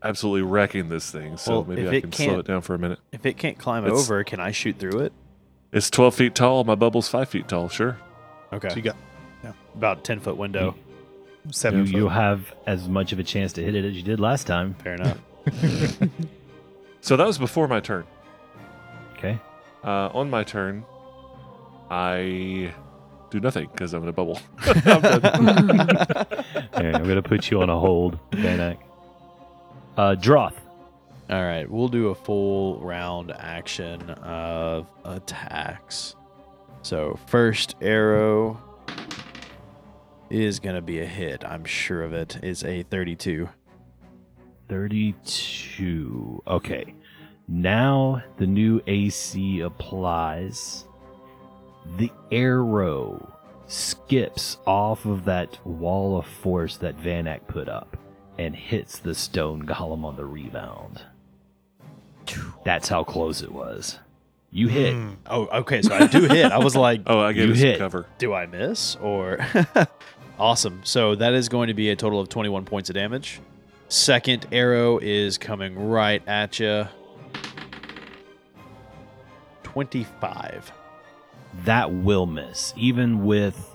Speaker 3: absolutely wrecking this thing. So
Speaker 4: Well,
Speaker 3: maybe
Speaker 4: if
Speaker 3: I
Speaker 4: it
Speaker 3: can slow
Speaker 4: can't-
Speaker 3: it down for a minute.
Speaker 4: If it can't climb
Speaker 3: It's-
Speaker 4: over, can I shoot through it?
Speaker 3: It's 12 feet tall. My bubble's five feet tall. Sure.
Speaker 4: Okay,
Speaker 2: So you got
Speaker 4: about ten foot window.
Speaker 2: Mm.
Speaker 1: You,
Speaker 2: seven.
Speaker 1: you
Speaker 2: foot.
Speaker 1: have as much of a chance to hit it as you did last time.
Speaker 4: Fair enough.
Speaker 3: So that was before my turn.
Speaker 1: Okay.
Speaker 3: Uh, on my turn, I do nothing because I'm in a bubble. I'm done.
Speaker 1: All right, I'm gonna put you on a hold, Vanek. Uh, Droth.
Speaker 4: All right, we'll do a full round action of attacks. So, first arrow is going to be a hit. I'm sure of it. It's a 32.
Speaker 1: 32. Okay. Now the new AC applies. The arrow skips off of that wall of force that Vanak put up and hits the stone golem on the rebound. That's how close it was. You hit.
Speaker 2: Mm.
Speaker 4: Oh, okay. So I do hit. I was like,
Speaker 3: oh, I gave
Speaker 1: You
Speaker 3: you some
Speaker 1: hit.
Speaker 3: cover.
Speaker 4: do I miss or awesome. So that is going to be a total of 21 points of damage. Second arrow is coming right at you. 25.
Speaker 1: That will miss. Even with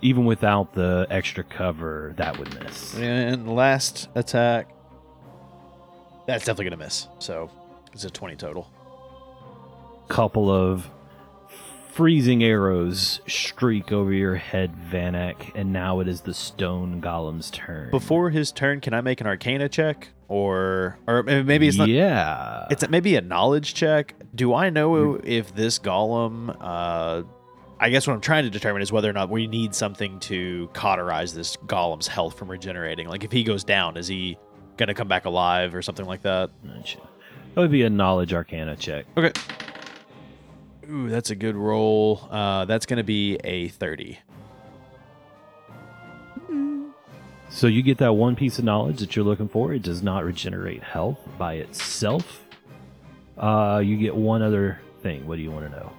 Speaker 1: even without the extra cover, that would miss.
Speaker 4: And last attack. That's definitely going to miss. So it's a 20 total.
Speaker 1: couple of freezing arrows streak over your head, Vanek, and now it is the stone golem's turn.
Speaker 4: Before his turn, can I make an arcana check? Or or may- maybe it's not.
Speaker 1: Yeah.
Speaker 4: It's maybe a knowledge check. Do I know if this golem. Uh, I guess what I'm trying to determine is whether or not we need something to cauterize this golem's health from regenerating. Like if he goes down, is he going to come back alive or something like that?
Speaker 1: That would be a knowledge arcana check.
Speaker 4: Okay. Ooh, that's a good roll. Uh, that's going to be a 30.
Speaker 1: So you get that one piece of knowledge that you're looking for. It does not regenerate health by itself. Uh, you get one other thing. What do you want to know?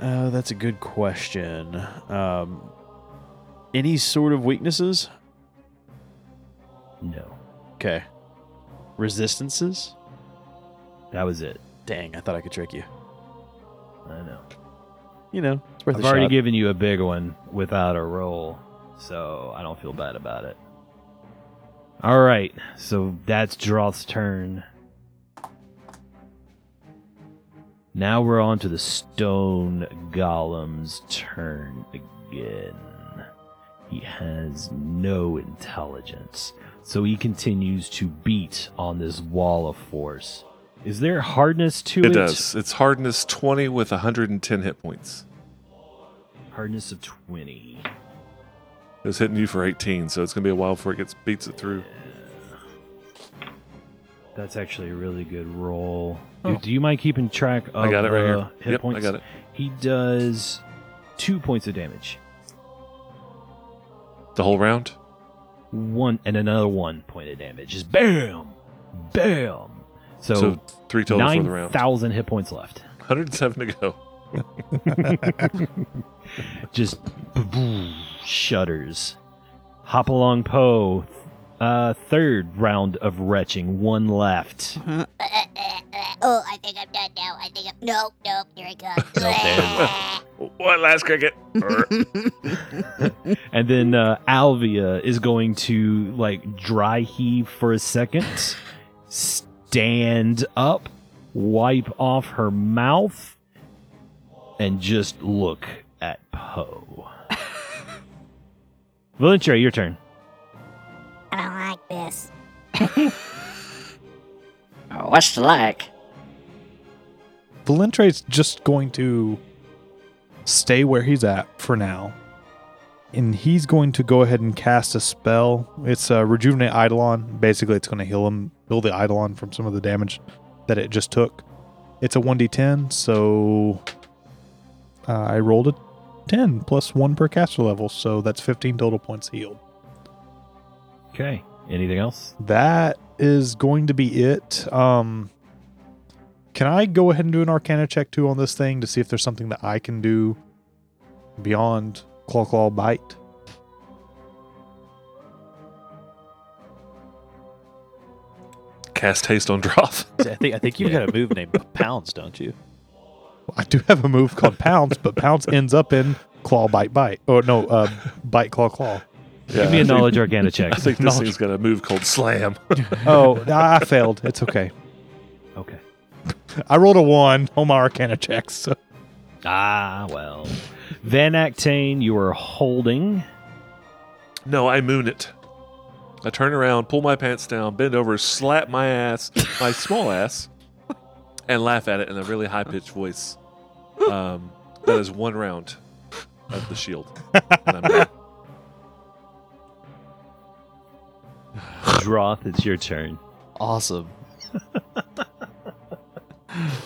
Speaker 4: Oh, that's a good question. Um, any sort of weaknesses?
Speaker 1: No.
Speaker 4: Okay. Resistances?
Speaker 1: That was it.
Speaker 4: Dang, I thought I could trick you.
Speaker 1: I know.
Speaker 4: You know, it's worth
Speaker 1: I've
Speaker 4: a
Speaker 1: already
Speaker 4: shot.
Speaker 1: given you a big one without a roll, so I don't feel bad about it. All right, so that's Droth's turn. Now we're on to the stone golem's turn again. He has no intelligence, so he continues to beat on this wall of force. Is there hardness to it?
Speaker 3: It does. It's hardness 20 with 110 hit points.
Speaker 1: Hardness of 20.
Speaker 3: It's hitting you for 18, so it's gonna be a while before it gets beats it through.
Speaker 1: That's actually a really good roll. Do- Do, you mind keeping track of
Speaker 3: Oh. I got it right
Speaker 1: uh,
Speaker 3: here.
Speaker 1: hit
Speaker 3: yep,
Speaker 1: points?
Speaker 3: I got it.
Speaker 1: He does two points of damage.
Speaker 3: The whole round.
Speaker 1: One and another one point of damage. Just bam! Bam! So,
Speaker 3: So, three total for the round.
Speaker 1: 9,000 hit points left.
Speaker 3: 107 to go.
Speaker 1: Just shudders. Hopalong Poe. Uh, third round of retching. One left.
Speaker 9: Uh, uh, uh, uh, oh, I think I'm done now. I think I'm. Nope, nope, here I come.
Speaker 3: One last cricket.
Speaker 1: And then uh, Alvia is going to like dry heave for a second, stand up, wipe off her mouth, and just look at Poe. Valentia, your turn.
Speaker 9: I don't like this.
Speaker 8: Oh, what's the like?
Speaker 2: Valentre's just going to stay where he's at for now. And he's going to go ahead and cast a spell. It's a rejuvenate Eidolon. Basically, it's going to heal him, heal the Eidolon from some of the damage that it just took. It's a 1d10, so uh, I rolled a 10 plus 1 per caster level, so that's 15 total points healed.
Speaker 1: Okay. Anything else?
Speaker 2: That is going to be it. Um, can I go ahead and do an Arcana check too on this thing to see if there's something that I can do beyond Claw Claw Bite?
Speaker 3: Cast haste on Droth.
Speaker 4: I think I think you've got a move named Pounds, don't you?
Speaker 2: I do have a move called Pounce, but Pounce ends up in Claw Bite Bite. Oh no, uh, Bite Claw Claw.
Speaker 1: Give
Speaker 3: Yeah,
Speaker 1: me
Speaker 3: I
Speaker 1: a
Speaker 3: think-
Speaker 1: knowledge arcana check.
Speaker 3: I think this thing's got a move called Slam.
Speaker 2: Oh, I I failed. It's okay.
Speaker 1: Okay.
Speaker 2: I rolled a one on my Arcana checks. So.
Speaker 1: Ah, well. Van Actane, you are holding.
Speaker 3: No, I moon it. I turn around, pull my pants down, bend over, slap my ass, my small ass, and laugh at it in a really high pitched voice. Um, that is one round of the shield. And I'm done.
Speaker 1: Droth, it's your turn.
Speaker 4: Awesome.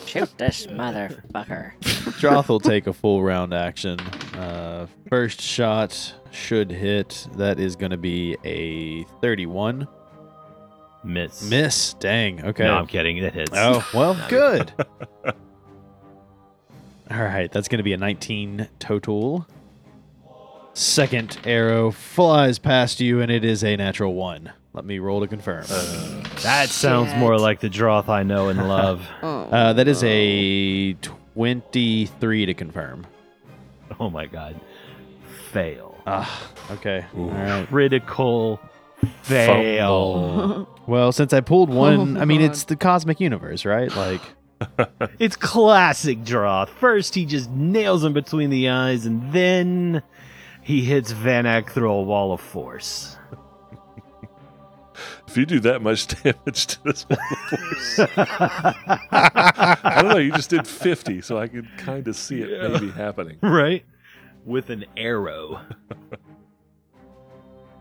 Speaker 8: Shoot this motherfucker.
Speaker 4: Droth will take a full round action. Uh, first shot should hit. That is going to be a 31.
Speaker 1: Miss.
Speaker 4: Miss. Dang. Okay.
Speaker 1: No, I'm kidding. It hits.
Speaker 4: Oh, well, good. All right, that's going to be a 19 total. Second arrow flies past you, and it is a natural one. Let me roll to confirm.
Speaker 1: Uh, That sounds more
Speaker 6: Shit.
Speaker 1: like the Droth I know and love.
Speaker 6: Oh,
Speaker 4: Uh, that is a 23 to confirm.
Speaker 1: Oh my god. Fail.
Speaker 4: Ah, okay. All right.
Speaker 1: Critical fail.
Speaker 4: Well, since I pulled one,
Speaker 6: Oh,
Speaker 4: I mean,
Speaker 6: God.
Speaker 4: it's the cosmic universe, right? Like,
Speaker 1: It's classic Droth. First he just nails him between the eyes and then he hits Vanak through a wall of force.
Speaker 3: If you do that much damage to this one, I don't know, you just did 50, so I could kind of see it maybe happening.
Speaker 1: right? With an arrow.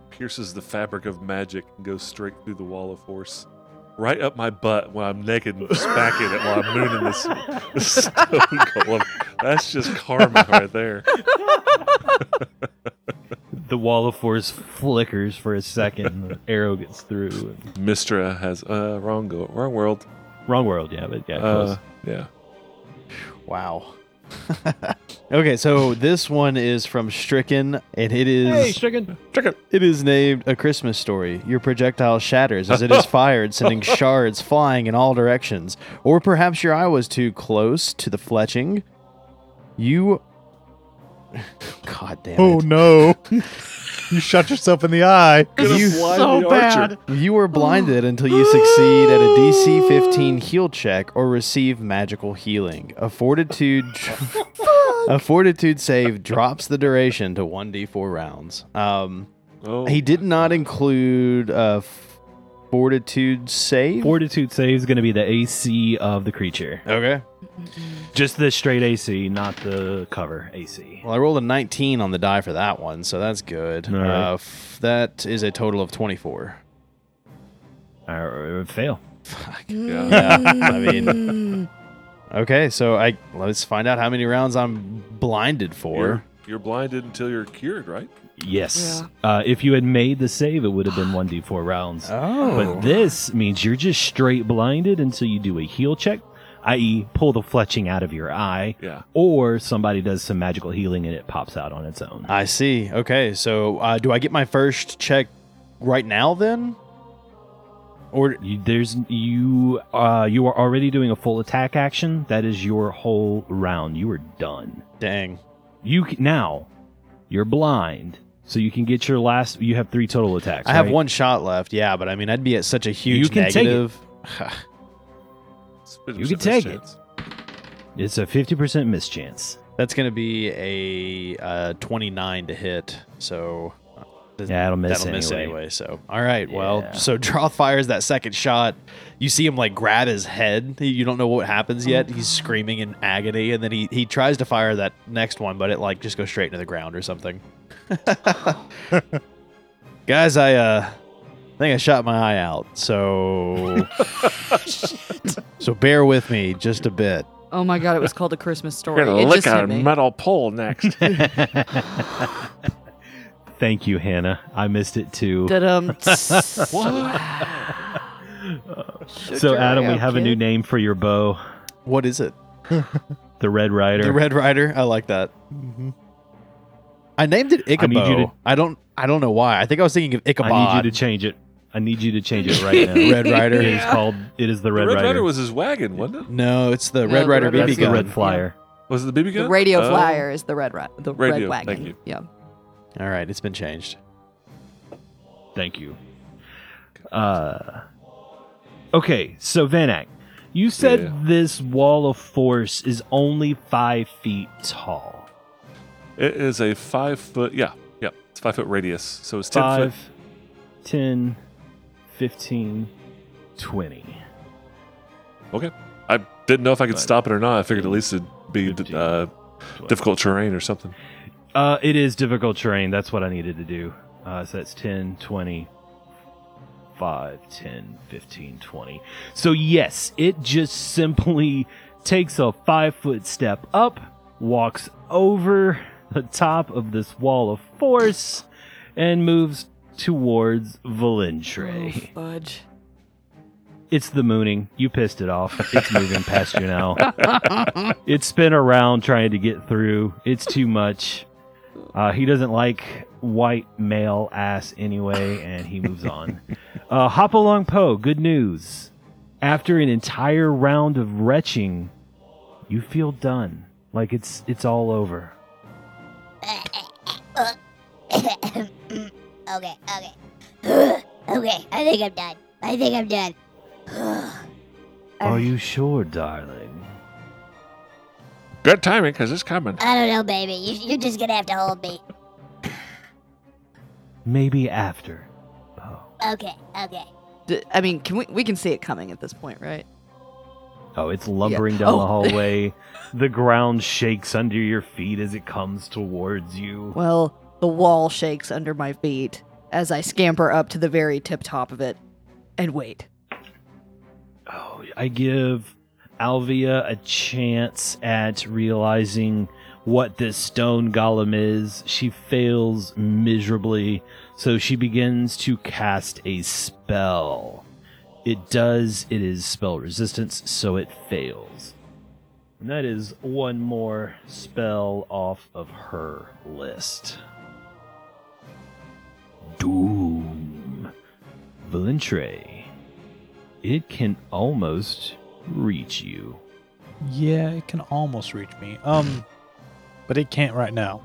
Speaker 3: Pierces the fabric of magic and goes straight through the wall of force. Right up my butt when I'm naked and smacking it while I'm mooning this stone golem. That's just karma right there.
Speaker 1: The wall of force flickers for a second and the arrow gets through.
Speaker 3: Mistra has uh wrong go wrong world.
Speaker 1: Wrong world, yeah, but yeah,
Speaker 3: Uh,
Speaker 1: close.
Speaker 3: yeah.
Speaker 4: wow. okay, so this one is from Stricken, and it is.
Speaker 1: Stricken.
Speaker 4: It is named A Christmas Story. Your projectile shatters as it is fired, sending shards flying in all directions. Or perhaps your eye was too close to the fletching. You. God damn it.
Speaker 2: Oh no, you shot yourself in the eye.
Speaker 4: You-
Speaker 3: so bad.
Speaker 4: You are blinded until you succeed at a DC 15 heal check or receive magical healing. A fortitude a fortitude save drops the duration to 1d4 rounds. Um,
Speaker 3: Oh,
Speaker 4: he did not include a fortitude save.
Speaker 1: Fortitude save is going to be the AC of the creature.
Speaker 4: okay.
Speaker 1: Just the straight AC, not the cover AC.
Speaker 4: Well, I rolled a 19 on the die for that one, so that's good.
Speaker 1: All right.
Speaker 4: Uh, f- that is a total of 24.
Speaker 1: I, I fail.
Speaker 4: Fuck.
Speaker 3: Yeah.
Speaker 4: Yeah, I mean, okay, so I let's find out how many rounds I'm blinded
Speaker 3: You're,
Speaker 4: for.
Speaker 3: you're blinded until you're cured, right?
Speaker 1: Yes. Uh, if you had made the save, it would have been 1d4 rounds.
Speaker 4: Oh,
Speaker 1: But this means you're just straight blinded until you do a heal check, i.e., pull the fletching out of your eye,
Speaker 3: Yeah.
Speaker 1: or somebody does some magical healing and it pops out on its own.
Speaker 4: I see. Okay, so uh, do I get my first check right now then? Or
Speaker 1: You, there's you. Uh, you are already doing a full attack action. That is your whole round. You are done.
Speaker 4: dang,
Speaker 1: You c- now, you're blind, so you can get your last. You have three total attacks.
Speaker 4: I have
Speaker 1: right?
Speaker 4: one shot left. Yeah, but I mean, I'd be at such a huge
Speaker 1: can take it.
Speaker 4: negative.
Speaker 3: It's a bit of
Speaker 1: You
Speaker 3: a
Speaker 1: can
Speaker 3: mischance.
Speaker 1: take it. It's a fifty percent mischance.
Speaker 4: That's going to be a uh, 29 to hit. So uh, does-
Speaker 1: Yeah, it'll miss
Speaker 4: that'll miss
Speaker 1: anyway.
Speaker 4: anyway. So all right, well,
Speaker 1: Yeah.
Speaker 4: so Droth fires that second shot. You see him like grab his head. You don't know what happens yet. He's screaming in agony, and then he he tries to fire that next one, but it like just goes straight into the ground or something. Guys, I uh think I shot my eye out. So so bear with me just a bit.
Speaker 6: Oh my god, it was called a Christmas story.
Speaker 3: You're gonna
Speaker 6: It
Speaker 3: lick
Speaker 6: just
Speaker 3: a
Speaker 6: hit me.
Speaker 3: metal pole next.
Speaker 1: Thank you, Hannah. I missed it too.
Speaker 6: Da-dum.
Speaker 1: Uh, so, Adam, we have a new name for your bow,
Speaker 4: What is it?
Speaker 1: the Red Rider.
Speaker 4: The Red Rider. I like that. I named it Ichabod. I,
Speaker 1: need you to-
Speaker 4: don't. I don't know why. I think I was thinking of Ichabod.
Speaker 1: I need you to change it. I need you to change it right now.
Speaker 4: Red Rider.
Speaker 1: It is called. It is the
Speaker 3: the
Speaker 1: Red,
Speaker 3: Red
Speaker 1: Rider.
Speaker 3: Rider was his wagon, wasn't it?
Speaker 4: No, it's the
Speaker 6: No,
Speaker 4: Red
Speaker 6: the
Speaker 4: Rider
Speaker 6: Red
Speaker 4: BB
Speaker 1: That's the
Speaker 4: gun.
Speaker 1: Red Flyer.
Speaker 3: Was it the BB gun?
Speaker 6: The radio
Speaker 3: Oh.
Speaker 6: flyer is the red ri- the
Speaker 3: Radio,
Speaker 6: red wagon.
Speaker 3: thank you.
Speaker 6: Yeah.
Speaker 4: All right, it's been changed.
Speaker 1: Thank you. Uh, okay, so Vanak, you said
Speaker 3: Yeah.
Speaker 1: this wall of force is only five feet tall.
Speaker 3: It is a five foot. Yeah, yeah. It's five foot radius, so it's ten
Speaker 1: Five,
Speaker 3: foot.
Speaker 1: ten, fifteen, twenty.
Speaker 3: I didn't know if I could
Speaker 1: Five,
Speaker 3: stop it or not. I figured at least it'd be
Speaker 1: fifteen,
Speaker 3: uh,
Speaker 1: 20.
Speaker 3: difficult terrain or something.
Speaker 1: Uh, it is difficult terrain. That's what I needed to do. Uh, so that's 10, 20, 5, 10, 15, 20. So, yes, it just simply takes a five foot step up, walks over the top of this wall of force, and moves towards Valentray.
Speaker 6: fudge.
Speaker 1: It's the mooning. You pissed it off. It's moving past you now. It's spin around trying to get through. It's too much. Uh, he doesn't like white male ass anyway, and he moves on. Uh, Hopalong Poe, good news. After an entire round of retching, you feel done. Like it's it's all over.
Speaker 9: okay, okay. okay, I think I'm done. I think I'm done.
Speaker 1: Are you sure, darling?
Speaker 3: Good timing, because it's coming.
Speaker 9: I don't know, baby. You, you're just gonna have to hold me.
Speaker 1: Maybe after. Poe.
Speaker 9: Okay, okay.
Speaker 6: D- I mean, can we we can see it coming at this point, right?
Speaker 1: Oh, it's lumbering down
Speaker 6: Oh.
Speaker 1: the hallway. the ground shakes under your feet as it comes towards you.
Speaker 6: Well, the wall shakes under my feet as I scamper up to the very tip top of it and wait.
Speaker 1: Oh, I give Alvia a chance at realizing what this stone golem is. She fails miserably, so she begins to cast a spell. It does, it is spell resistance, so it fails. And that is one more spell off of her list. Doom. Valentre it can almost reach you.
Speaker 2: Yeah, it can almost reach me. Um, but it can't right now.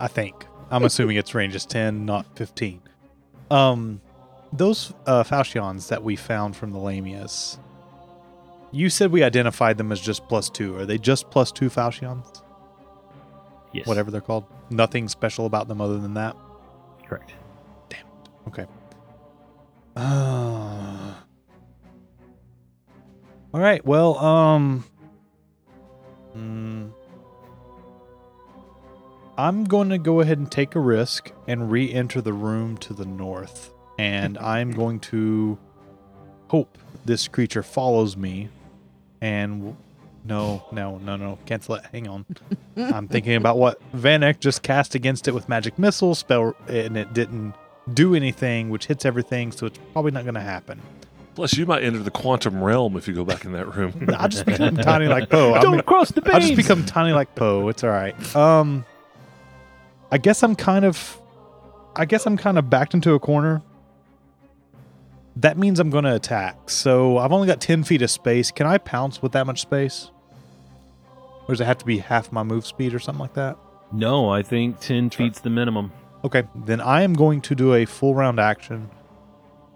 Speaker 2: I think. I'm assuming its range is 10, not 15. Um, those uh, falchions that we found from the Lamias, you said we identified them as just plus two. Are they just plus two falchions?
Speaker 1: Yes.
Speaker 2: Whatever they're called. Nothing special about them other than that.
Speaker 1: Correct.
Speaker 2: Uh, all right. Well, um, hmm. I'm going to go ahead and take a risk and re enter the room to the north. And I'm going to hope this creature follows me. And w- no, no, no, no. Cancel it. Hang on. I'm thinking about what Vanek just cast against it with magic missile spell, and it didn't do anything, which hits everything. So it's probably not going to happen.
Speaker 3: Plus, you might enter the quantum realm if you go back in that room.
Speaker 2: I'll just become tiny like Poe. I'll be-
Speaker 1: Don't cross the
Speaker 2: I'll just
Speaker 1: beams.
Speaker 2: become tiny like Poe. It's all right. Um, I guess I'm kind of, I guess I'm kind of backed into a corner. That means I'm going to attack. So I've only got ten feet of space. Can I pounce with that much space? Or does it have to be half my move speed or something like that?
Speaker 10: No, I think 10 feet's the minimum.
Speaker 2: Okay, then I am going to do a full round action,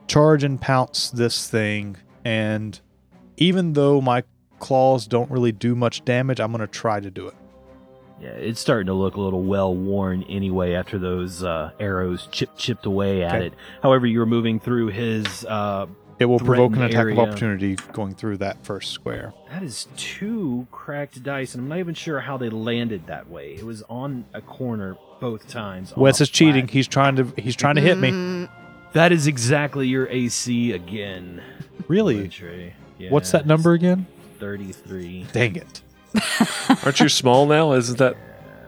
Speaker 2: charge and pounce this thing, and even though my claws don't really do much damage, I'm going to try to do it.
Speaker 1: Yeah, it's starting to look a little well worn anyway after those uh, arrows chip chipped away at
Speaker 2: Okay.
Speaker 1: it. However, you're moving through his. Uh,
Speaker 2: It will provoke an
Speaker 1: Threatened
Speaker 2: attack
Speaker 1: area.
Speaker 2: of opportunity going through that first square.
Speaker 1: that is two cracked dice, and I'm not even sure how they landed that way. It was on a corner both times. on
Speaker 2: Wes
Speaker 1: a
Speaker 2: is cheating.
Speaker 1: flat.
Speaker 2: He's trying to he's trying to hit
Speaker 1: Mm-hmm.
Speaker 2: me.
Speaker 6: Mm,
Speaker 1: That is exactly your AC again.
Speaker 2: Really?
Speaker 1: Trey.
Speaker 2: What's
Speaker 1: Yeah,
Speaker 2: that number again?
Speaker 1: it's 33.
Speaker 2: Dang it.
Speaker 3: Aren't you small now? Isn't that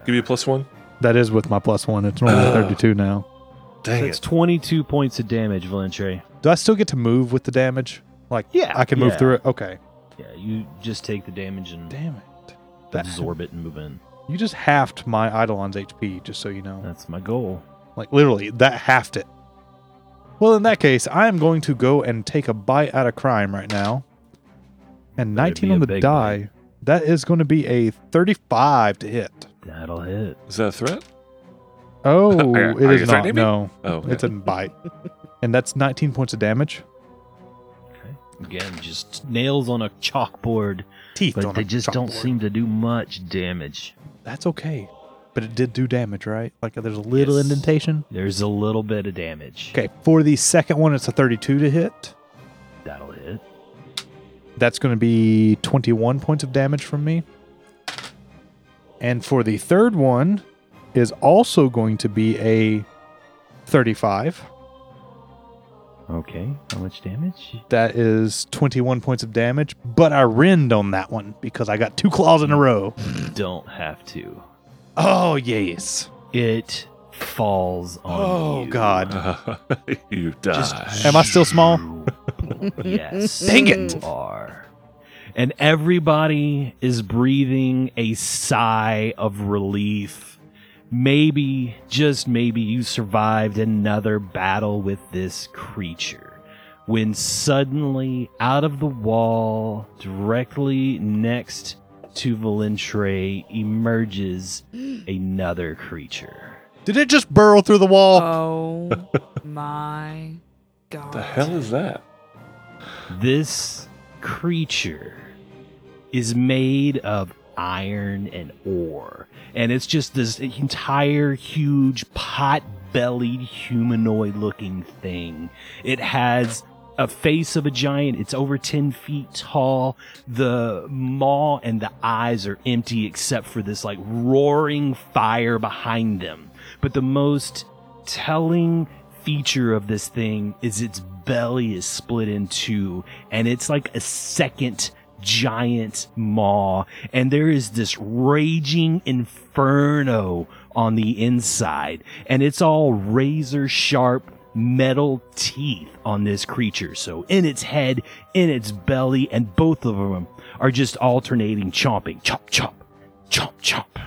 Speaker 3: give you a plus one?
Speaker 2: That is with my plus 1. It's normally 32 now.
Speaker 3: Dang
Speaker 1: That's 22 points of damage, Valentre.
Speaker 2: Do I still get to move with the damage? Like
Speaker 1: Yeah,
Speaker 2: I can move
Speaker 1: yeah.
Speaker 2: through it. Okay.
Speaker 1: Yeah, you just take the damage and
Speaker 2: Damn it. That,
Speaker 1: absorb it and move in.
Speaker 2: you just halved my Eidolon's HP just so you know.
Speaker 1: That's my goal.
Speaker 2: Like literally, that halved it. Well, in that case, I am going to go and take a bite out of crime right now. And
Speaker 1: Better
Speaker 2: 19
Speaker 1: be
Speaker 2: on
Speaker 1: a
Speaker 2: the
Speaker 1: big
Speaker 2: die. That is going to be a 35 to hit.
Speaker 1: That'll hit.
Speaker 3: Is that a threat?
Speaker 2: Oh,
Speaker 3: Are- are
Speaker 2: it
Speaker 3: you
Speaker 2: is not.
Speaker 3: threatening me?
Speaker 2: No,
Speaker 3: Oh, okay.
Speaker 2: it's a bite. and that's 19 points of damage.
Speaker 1: Again, just nails on a chalkboard,
Speaker 2: Teeth
Speaker 1: but
Speaker 2: on
Speaker 1: they
Speaker 2: a
Speaker 1: just don't
Speaker 2: chalkboard.
Speaker 1: seem to do much damage.
Speaker 2: That's okay. But it did do damage, right? Like there's a little
Speaker 1: Yes.
Speaker 2: indentation.
Speaker 1: There's a little bit of damage.
Speaker 2: Okay, for the second one, it's a 32 to hit.
Speaker 1: That'll hit.
Speaker 2: That's going to be 21 points of damage from me. And for the third one is also going to be a 35.
Speaker 1: Okay. How much damage?
Speaker 2: That is 21 points of damage, but I rend on that one because I got two claws in a row.
Speaker 1: Don't have to.
Speaker 2: Oh, yes.
Speaker 1: It falls on
Speaker 2: Oh,
Speaker 1: you.
Speaker 2: God.
Speaker 3: you die.
Speaker 2: Am I still small?
Speaker 1: yes.
Speaker 2: Dang it.
Speaker 1: you Are. And everybody is breathing a sigh of relief. Maybe, just maybe, you survived another battle with this creature. When suddenly, out of the wall, directly next to Valentre, emerges another creature.
Speaker 2: Did it just burrow through the wall?
Speaker 6: Oh my god.
Speaker 3: the hell is that?
Speaker 1: This creature is made of iron and ore. And it's just this entire huge pot bellied humanoid looking thing. It has a face of a giant. It's over 10 feet tall. The maw and the eyes are empty except for this like roaring fire behind them. But the most telling feature of this thing is its belly is split in two and it's like a second giant maw and there is this raging inferno on the inside and it's all razor sharp metal teeth on this creature so in its head in its belly and both of them are just alternating chomping chomp chomp chomp chomp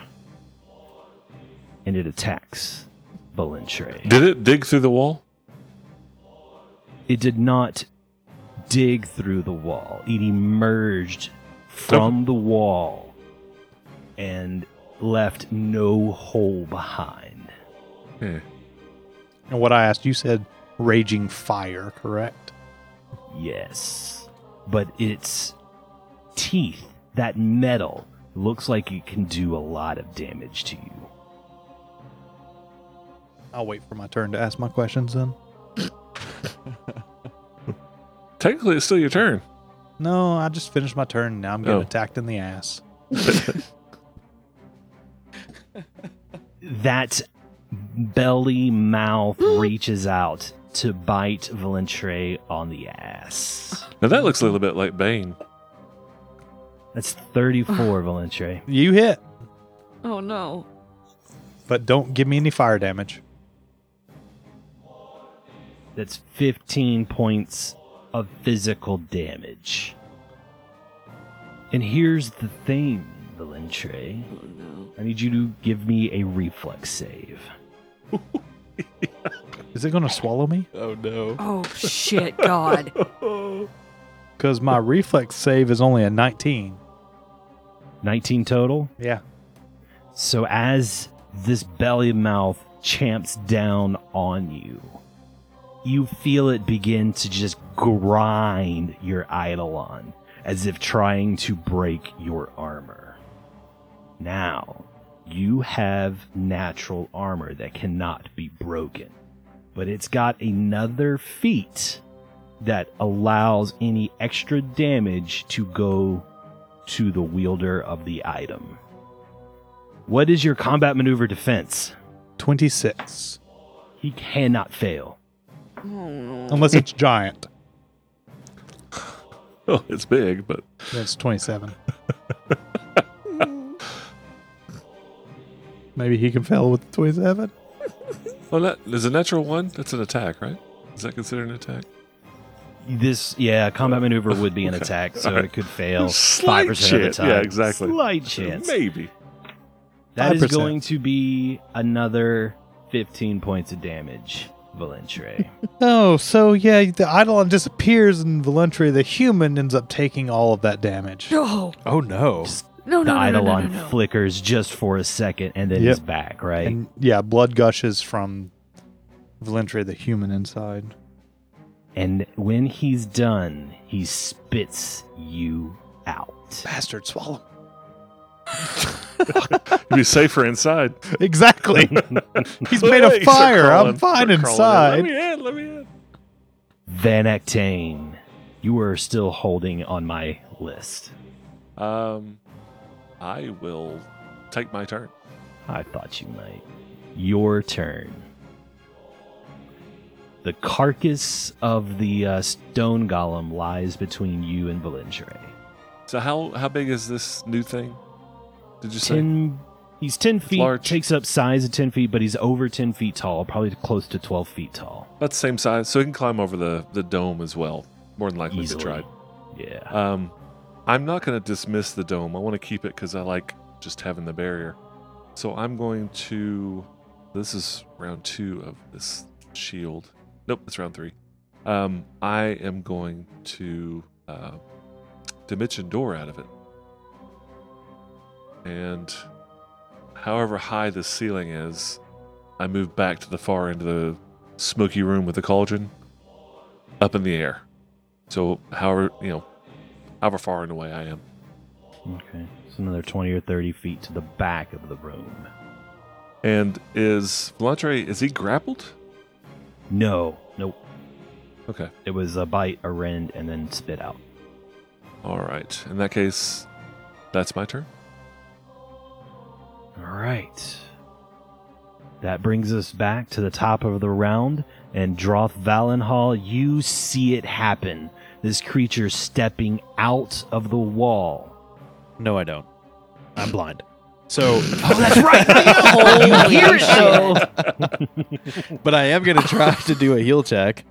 Speaker 1: and it attacks Valentre.
Speaker 3: Did it dig through the wall?
Speaker 1: It did not dig through the wall. It emerged from the wall and left no hole behind.
Speaker 3: Eh.
Speaker 2: And what I asked, you said raging fire, correct?
Speaker 1: Yes. But its teeth, that metal, looks like it can do a lot of damage to you.
Speaker 2: I'll wait for my turn to ask my questions then.
Speaker 3: Technically, it's still your turn.
Speaker 2: No, I just finished my turn. Now I'm getting
Speaker 3: Oh.
Speaker 2: attacked in the ass.
Speaker 1: that belly mouth reaches out to bite Valentre on the ass.
Speaker 3: Now that looks a little bit like Bane.
Speaker 1: That's 34, Valentre.
Speaker 2: You hit,
Speaker 11: Oh no.
Speaker 2: but don't give me any fire damage.
Speaker 1: That's 15 points of physical damage. And here's the thing, Valentre.
Speaker 11: Oh no.
Speaker 1: I need you to give me a reflex save.
Speaker 2: Is it going to swallow me?
Speaker 4: Oh no.
Speaker 11: Oh shit, God.
Speaker 2: Because my reflex save is only a 19.
Speaker 1: 19 total.
Speaker 2: Yeah.
Speaker 1: So as this belly mouth champs down on you, you feel it begin to just grind your eidolon as if trying to break your armor. Now, you have natural armor that cannot be broken, but it's got another feat that allows any extra damage to go to the wielder of the item. What is your combat maneuver defense?
Speaker 2: 26.
Speaker 1: He cannot fail.
Speaker 11: Oh no.
Speaker 2: Unless it's giant.
Speaker 3: Oh, it's big, but
Speaker 2: That's 27. Maybe he can fail with 27.
Speaker 3: oh, that is a natural one. That's an attack, right? Is that considered an attack?
Speaker 1: This, yeah, combat maneuver would be an attack, so
Speaker 3: Alright.
Speaker 1: it could fail
Speaker 3: Slight
Speaker 1: five percent of the
Speaker 3: chance.
Speaker 1: time.
Speaker 3: Yeah, exactly.
Speaker 1: Slight chance.
Speaker 3: Maybe.
Speaker 1: That is
Speaker 2: 5%.
Speaker 1: going to be another fifteen points of damage, Valentre.
Speaker 2: Oh, so yeah, the Eidolon disappears and Valentria the human ends up taking all of that damage.
Speaker 11: No.
Speaker 4: Oh no.
Speaker 11: No, no,
Speaker 1: the
Speaker 11: no, no, no,
Speaker 1: eidolon
Speaker 11: no, no.
Speaker 1: flickers just for a second and then
Speaker 2: Yep.
Speaker 1: is back. Right.
Speaker 2: And yeah, blood gushes from Valentria the human inside.
Speaker 1: and when he's done, he spits you out.
Speaker 2: Bastard, swallow.
Speaker 3: You'd be safer inside.
Speaker 2: Exactly. He's made
Speaker 3: Hey,
Speaker 2: of
Speaker 3: start
Speaker 2: fire.
Speaker 3: crawling-
Speaker 2: I'm fine
Speaker 3: start crawling
Speaker 2: inside.
Speaker 3: in. Let me in. Let me in.
Speaker 1: Van Actane, you are still holding on my list.
Speaker 3: Um, I will take my turn.
Speaker 1: I thought you might. Your turn. The carcass of the uh, stone golem lies between you and Valindre.
Speaker 3: So how how big is this new thing? Did you say?
Speaker 1: Ten. He's ten feet.
Speaker 3: large.
Speaker 1: Takes up size of ten feet, but he's over ten feet tall, probably close to twelve feet tall.
Speaker 3: About the same size, so it can climb over the the dome as well. More than likely,
Speaker 1: Easily.
Speaker 3: to try.
Speaker 1: Yeah.
Speaker 3: Um, I'm not going to dismiss the dome. I want to keep it because I like just having the barrier. So I'm going to. This is round two of this shield. Nope, it's round three. Um, I am going to uh, dimension door out of it, and however high the ceiling is, I move back to the far end of the smoky room with the cauldron, up in the air. So however you know however far and away I am.
Speaker 1: okay. It's another twenty or thirty feet to the back of the room.
Speaker 3: And is Volantre, is he grappled?
Speaker 1: No. Nope.
Speaker 3: Okay.
Speaker 1: It was a bite, a rend, and then spit out.
Speaker 3: All right. In that case, that's my turn.
Speaker 1: All right. That brings us back to the top of the round, and Droth Valenhall, you see it happen. This creature stepping out of the wall.
Speaker 4: No, I don't. I'm blind. So,
Speaker 6: Here it
Speaker 1: So,
Speaker 4: but I am gonna try to do a heal check.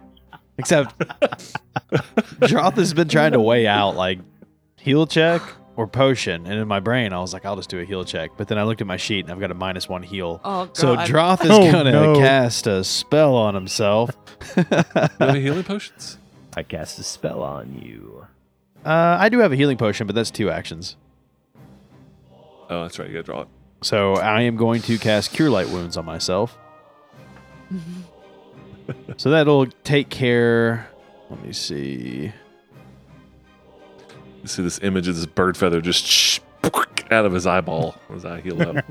Speaker 4: Except, Droth has been trying to weigh out like heal check or potion, and in my brain I was like, I'll just do a heal check. But then I looked at my sheet and I've got a minus one heal.
Speaker 11: Oh god.
Speaker 4: So Droth is
Speaker 2: Oh,
Speaker 4: gonna
Speaker 2: no.
Speaker 4: cast a spell on himself.
Speaker 3: Do you have any healing potions?
Speaker 1: I cast a spell on you.
Speaker 4: Uh, I do have a healing potion, but that's two actions.
Speaker 3: Oh, that's right. You got to draw it.
Speaker 4: So I am going to cast Cure Light Wounds on myself. so that'll take care. Let me see.
Speaker 3: You see this image of this bird feather just sh- out of his eyeball as I heal up.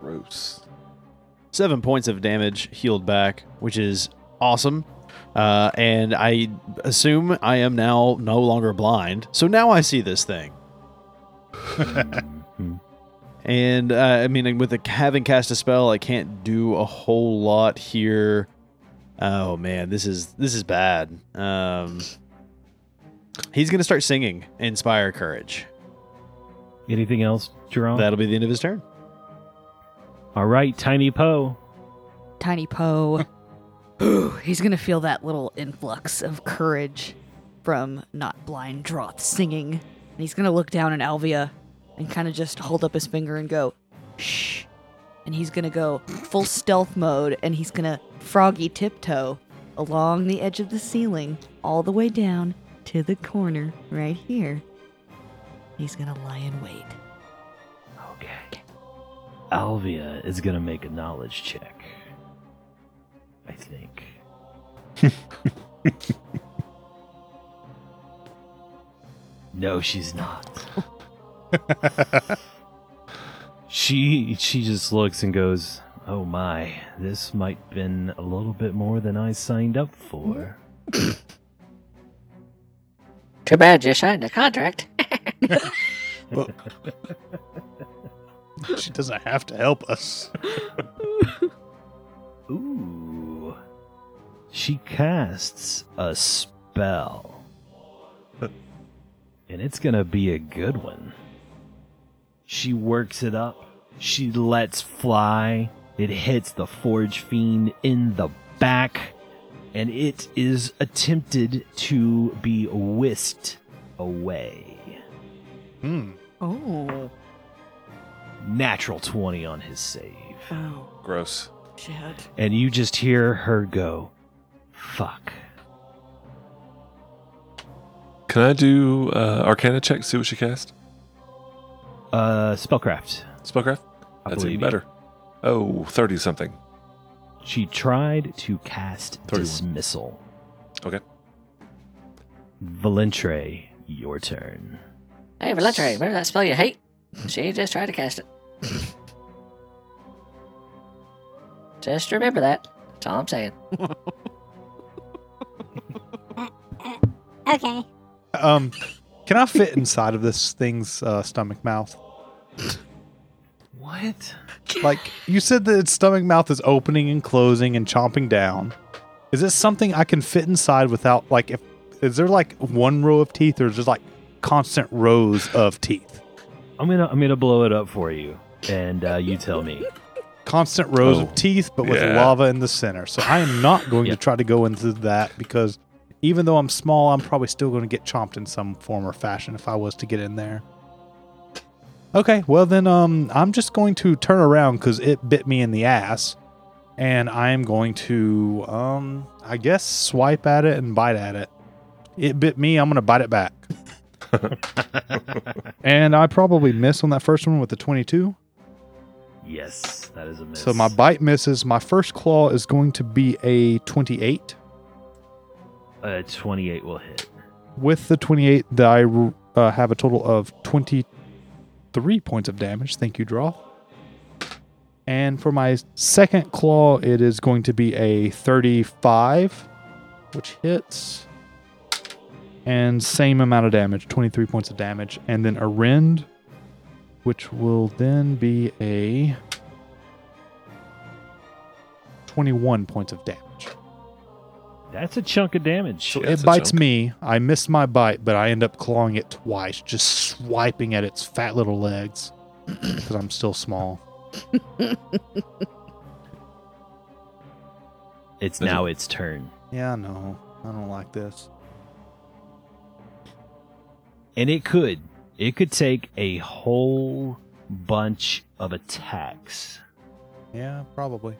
Speaker 3: Gross.
Speaker 4: Seven points of damage healed back, which is awesome. Uh, and I assume I am now
Speaker 1: Hmm.
Speaker 4: no longer blind. So now I see this thing. And uh, I mean, with the, having cast a spell, I can't do a whole lot here. Oh man, this is this is bad. Um, he's gonna start singing "Inspire Courage."
Speaker 1: Anything else, Jerome?
Speaker 4: That'll be the end of his turn.
Speaker 1: All right, Tiny Poe.
Speaker 6: Tiny Poe. Ooh, he's gonna feel that little influx of courage from not blind Droth singing. And he's gonna look down at Alvia and kind of just hold up his finger and go, shh. And he's gonna go full stealth mode and he's gonna froggy tiptoe along the edge of the ceiling all the way down to the corner right here. He's gonna lie in wait.
Speaker 1: Okay. Alvia is going to make a knowledge check. I think. no, she's not. she she just looks and goes, "Oh my, this might been a little bit more than I signed up for."
Speaker 8: Too bad you signed a contract.
Speaker 2: She doesn't have to help us.
Speaker 1: Ooh. She casts a spell. and it's going to be a good one. She works it up. She lets fly. It hits the Forge Fiend in the back. And it is attempted to be whisked away.
Speaker 2: Hmm.
Speaker 6: Oh.
Speaker 1: Natural 20 on his save.
Speaker 11: Oh,
Speaker 3: Gross.
Speaker 11: shit.
Speaker 1: And you just hear her go, fuck.
Speaker 3: Can I do uh, Arcana check? See what she cast.
Speaker 1: Uh, spellcraft.
Speaker 3: Spellcraft.
Speaker 1: I
Speaker 3: That's
Speaker 1: believe
Speaker 3: even
Speaker 1: you.
Speaker 3: better. Oh, 30 something.
Speaker 1: She tried to cast
Speaker 3: 31.
Speaker 1: dismissal.
Speaker 3: Okay.
Speaker 1: Valentre, your turn.
Speaker 8: Hey, Valentre, remember that spell you hate? She just tried to cast it. just remember that. That's all I'm saying.
Speaker 9: Okay.
Speaker 2: Um, can I fit inside of this thing's uh, stomach mouth?
Speaker 1: What?
Speaker 2: Like you said, that its stomach mouth is opening and closing and chomping down. Is this something I can fit inside without like? If is there like one row of teeth, or is there like constant rows of teeth?
Speaker 1: I'm gonna I'm gonna blow it up for you, and uh, you tell me.
Speaker 2: Constant rows
Speaker 3: Oh,
Speaker 2: of teeth, but with
Speaker 3: yeah.
Speaker 2: lava in the center. So I am not going
Speaker 1: Yeah.
Speaker 2: to try to go into that because even though I'm small, I'm probably still going to get chomped in some form or fashion if I was to get in there. Okay, well then, um, I'm just going to turn around because it bit me in the ass, and I am going to, um, I guess swipe at it and bite at it. It bit me. I'm going to bite it back, and I probably miss on that first one with the 22.
Speaker 1: yes, that is a miss.
Speaker 2: So my bite misses. My first claw is going to be a 28.
Speaker 1: uh, 28 will hit.
Speaker 2: With the 28, that I uh, have a total of 23 points of damage. Thank you, draw. And for my second claw, it is going to be a 35, which hits. And same amount of damage, 23 points of damage. And then a rend, which will then be a 21 points of damage.
Speaker 1: That's a chunk of damage.
Speaker 3: So- Yeah, it's
Speaker 2: It
Speaker 3: a
Speaker 2: bites
Speaker 3: chunk.
Speaker 2: me. I miss my bite, but I end up clawing it twice, just swiping at its fat little legs because I'm still small.
Speaker 1: it's
Speaker 3: Is
Speaker 1: now its turn,
Speaker 2: Yeah, I know. I don't like this.
Speaker 1: and it could it could take a whole bunch of attacks.
Speaker 2: Yeah, probably.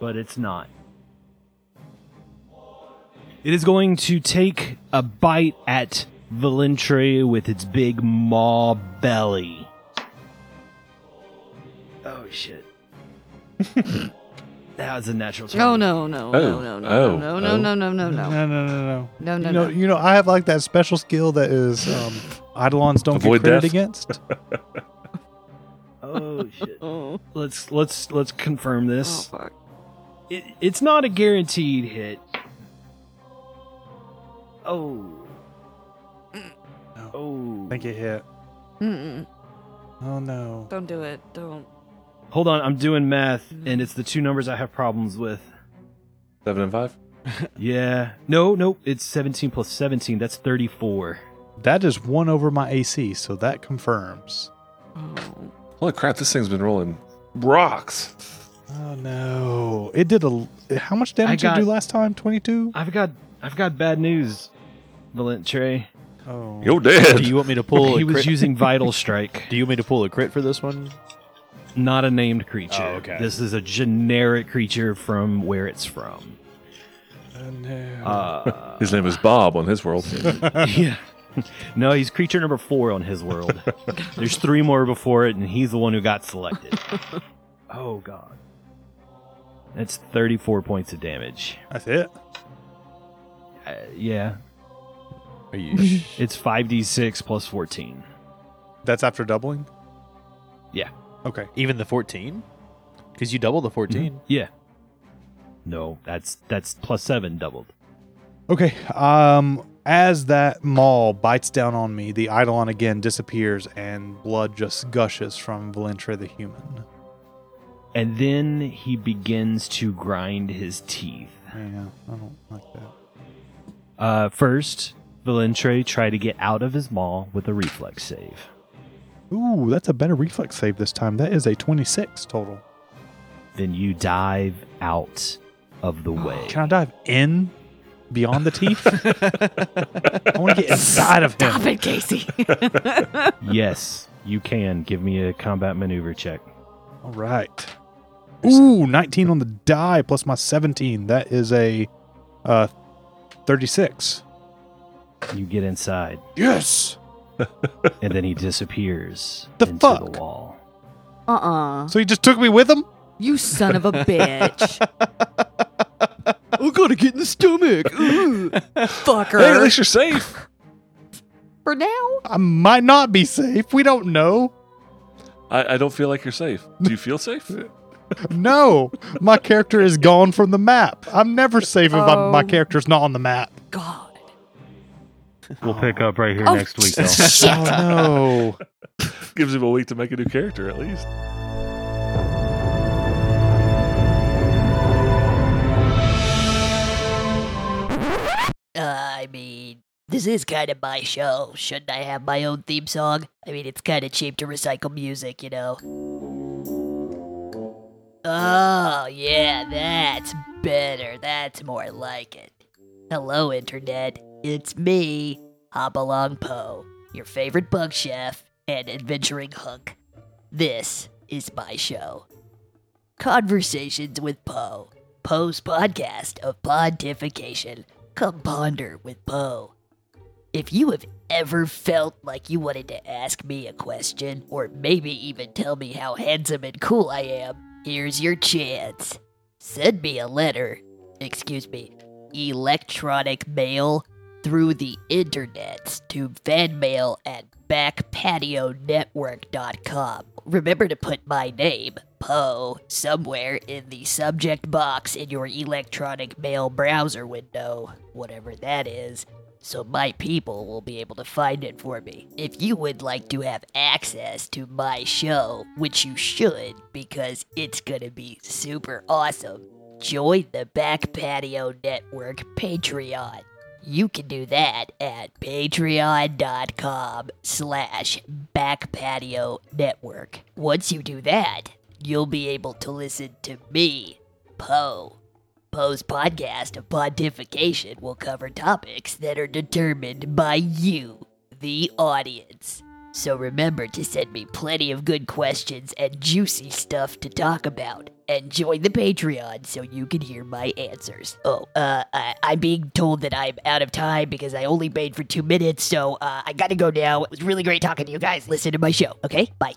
Speaker 1: but it's not. It is going to take a bite at Valentre with its big maw belly. Oh shit. that was a natural 20.
Speaker 11: Oh no no no
Speaker 3: Oh,
Speaker 11: no no
Speaker 3: oh,
Speaker 11: no no no no no
Speaker 3: oh.
Speaker 11: no
Speaker 2: no, no, no.
Speaker 11: no
Speaker 2: no.
Speaker 8: Oh,
Speaker 11: no
Speaker 2: You know,
Speaker 11: no.
Speaker 2: you know, I have like that special skill that is um, Eidolons don't
Speaker 3: Avoid
Speaker 2: get credit
Speaker 3: death.
Speaker 2: against.
Speaker 1: Oh shit.
Speaker 11: Oh,
Speaker 1: Let's let's let's confirm
Speaker 11: oh
Speaker 1: this.
Speaker 11: fuck.
Speaker 1: It, it's not a guaranteed hit. Oh.
Speaker 11: Mm.
Speaker 1: Oh.
Speaker 2: I think it hit.
Speaker 8: Mm-mm.
Speaker 2: Oh no.
Speaker 8: Don't do it. Don't.
Speaker 1: Hold on, I'm doing math, and it's the two numbers I have problems with.
Speaker 3: Seven and five.
Speaker 1: Yeah. No, no, it's 17 plus 17. That's 34.
Speaker 2: That is one over my AC, so that confirms.
Speaker 8: Oh.
Speaker 3: Holy crap! This thing's been rolling rocks.
Speaker 2: Oh no. It did a. l- How much damage
Speaker 1: got-
Speaker 2: did it do last time? 22?
Speaker 1: I've got I've got bad news, Valent Trey.
Speaker 2: Oh.
Speaker 3: You're dead.
Speaker 4: Do you want me to pull?
Speaker 1: he
Speaker 4: a
Speaker 1: was
Speaker 4: crit?
Speaker 1: using Vital Strike.
Speaker 4: Do you want me to pull a crit for this one?
Speaker 1: not a named creature.
Speaker 4: Oh, okay.
Speaker 1: This is a generic creature from where it's from.
Speaker 2: Oh, no.
Speaker 1: Uh,
Speaker 3: His name is Bob on his world.
Speaker 1: yeah. No, he's creature number four on his world. There's three more before it, and he's the one who got selected. oh, God. That's 34 points of damage.
Speaker 2: That's it.
Speaker 1: Uh, yeah.
Speaker 4: Are you? sh-
Speaker 1: It's 5d6 plus 14.
Speaker 2: That's after doubling?
Speaker 1: Yeah.
Speaker 2: Okay.
Speaker 4: Even the fourteen? Because you double the 14
Speaker 1: Yeah. No, that's that's plus seven doubled.
Speaker 2: Okay. Um, as that maul bites down on me, the eidolon again disappears, and blood just gushes from Valentra the human.
Speaker 1: And then he begins to grind his teeth.
Speaker 2: Yeah, I don't like that.
Speaker 1: Uh, first, Valentre tried to get out of his maul with a reflex save.
Speaker 2: Ooh, that's a better reflex save this time. That is a 26 total.
Speaker 1: Then you dive out of the way.
Speaker 2: Can I dive in beyond the teeth? I want to get inside of him.
Speaker 8: Stop it, Casey.
Speaker 1: yes, you can. Give me a combat maneuver check.
Speaker 2: All right. Ooh, 19 on the die plus my 17. That is a uh, 36.
Speaker 1: You get inside,
Speaker 2: Yes.
Speaker 1: and then he disappears
Speaker 2: The
Speaker 1: into
Speaker 2: fuck?
Speaker 1: the wall.
Speaker 12: Uh uh
Speaker 6: Uh-uh.
Speaker 2: So he just took me with him?
Speaker 12: You son of a bitch.
Speaker 4: I gotta get in the stomach.
Speaker 12: Fucker.
Speaker 3: hey, at least you're safe.
Speaker 12: For now?
Speaker 2: I might not be safe. We don't know.
Speaker 3: I, I don't feel like you're safe. Do you feel safe?
Speaker 2: No, my character is gone from the map. I'm never safe if I'm, my
Speaker 8: Oh.
Speaker 2: character's not on the map.
Speaker 12: God.
Speaker 13: We'll pick up right here
Speaker 12: Oh,
Speaker 13: next week, though.
Speaker 2: Oh no.
Speaker 3: Gives him a week to make a new character at least.
Speaker 6: Uh, I mean, this is kind of my show. Shouldn't I have my own theme song? I mean, it's kind of cheap to recycle music, you know. Oh, yeah, that's better. That's more like it. Hello, Internet. It's me, Hopalong Poe, your favorite bug chef and adventuring hunk. This is my show. Conversations with Poe, Poe's podcast of pontification. Come ponder with Poe. If you have ever felt like you wanted to ask me a question, or maybe even tell me how handsome and cool I am, here's your chance. Send me a letter, excuse me, electronic mail through the internets to fanmail at backpationetwork.com. Remember to put my name, Poe, somewhere in the subject box in your electronic mail browser window, whatever that is, so my people will be able to find it for me. If you would like to have access to my show, which you should because it's gonna be super awesome, join the Back Patio Network Patreon. You can do that at patreon.com slash backpatio network. Once you do that, you'll be able to listen to me, Poe. Poe's podcast of pontification will cover topics that are determined by you, the audience. So remember to send me plenty of good questions and juicy stuff to talk about. And join the Patreon so you can hear my answers. Oh, uh, I, I'm being told that I'm out of time because I only made for two minutes, so uh, I gotta go now. It was really great talking to you guys. Listen to my show, okay? Bye.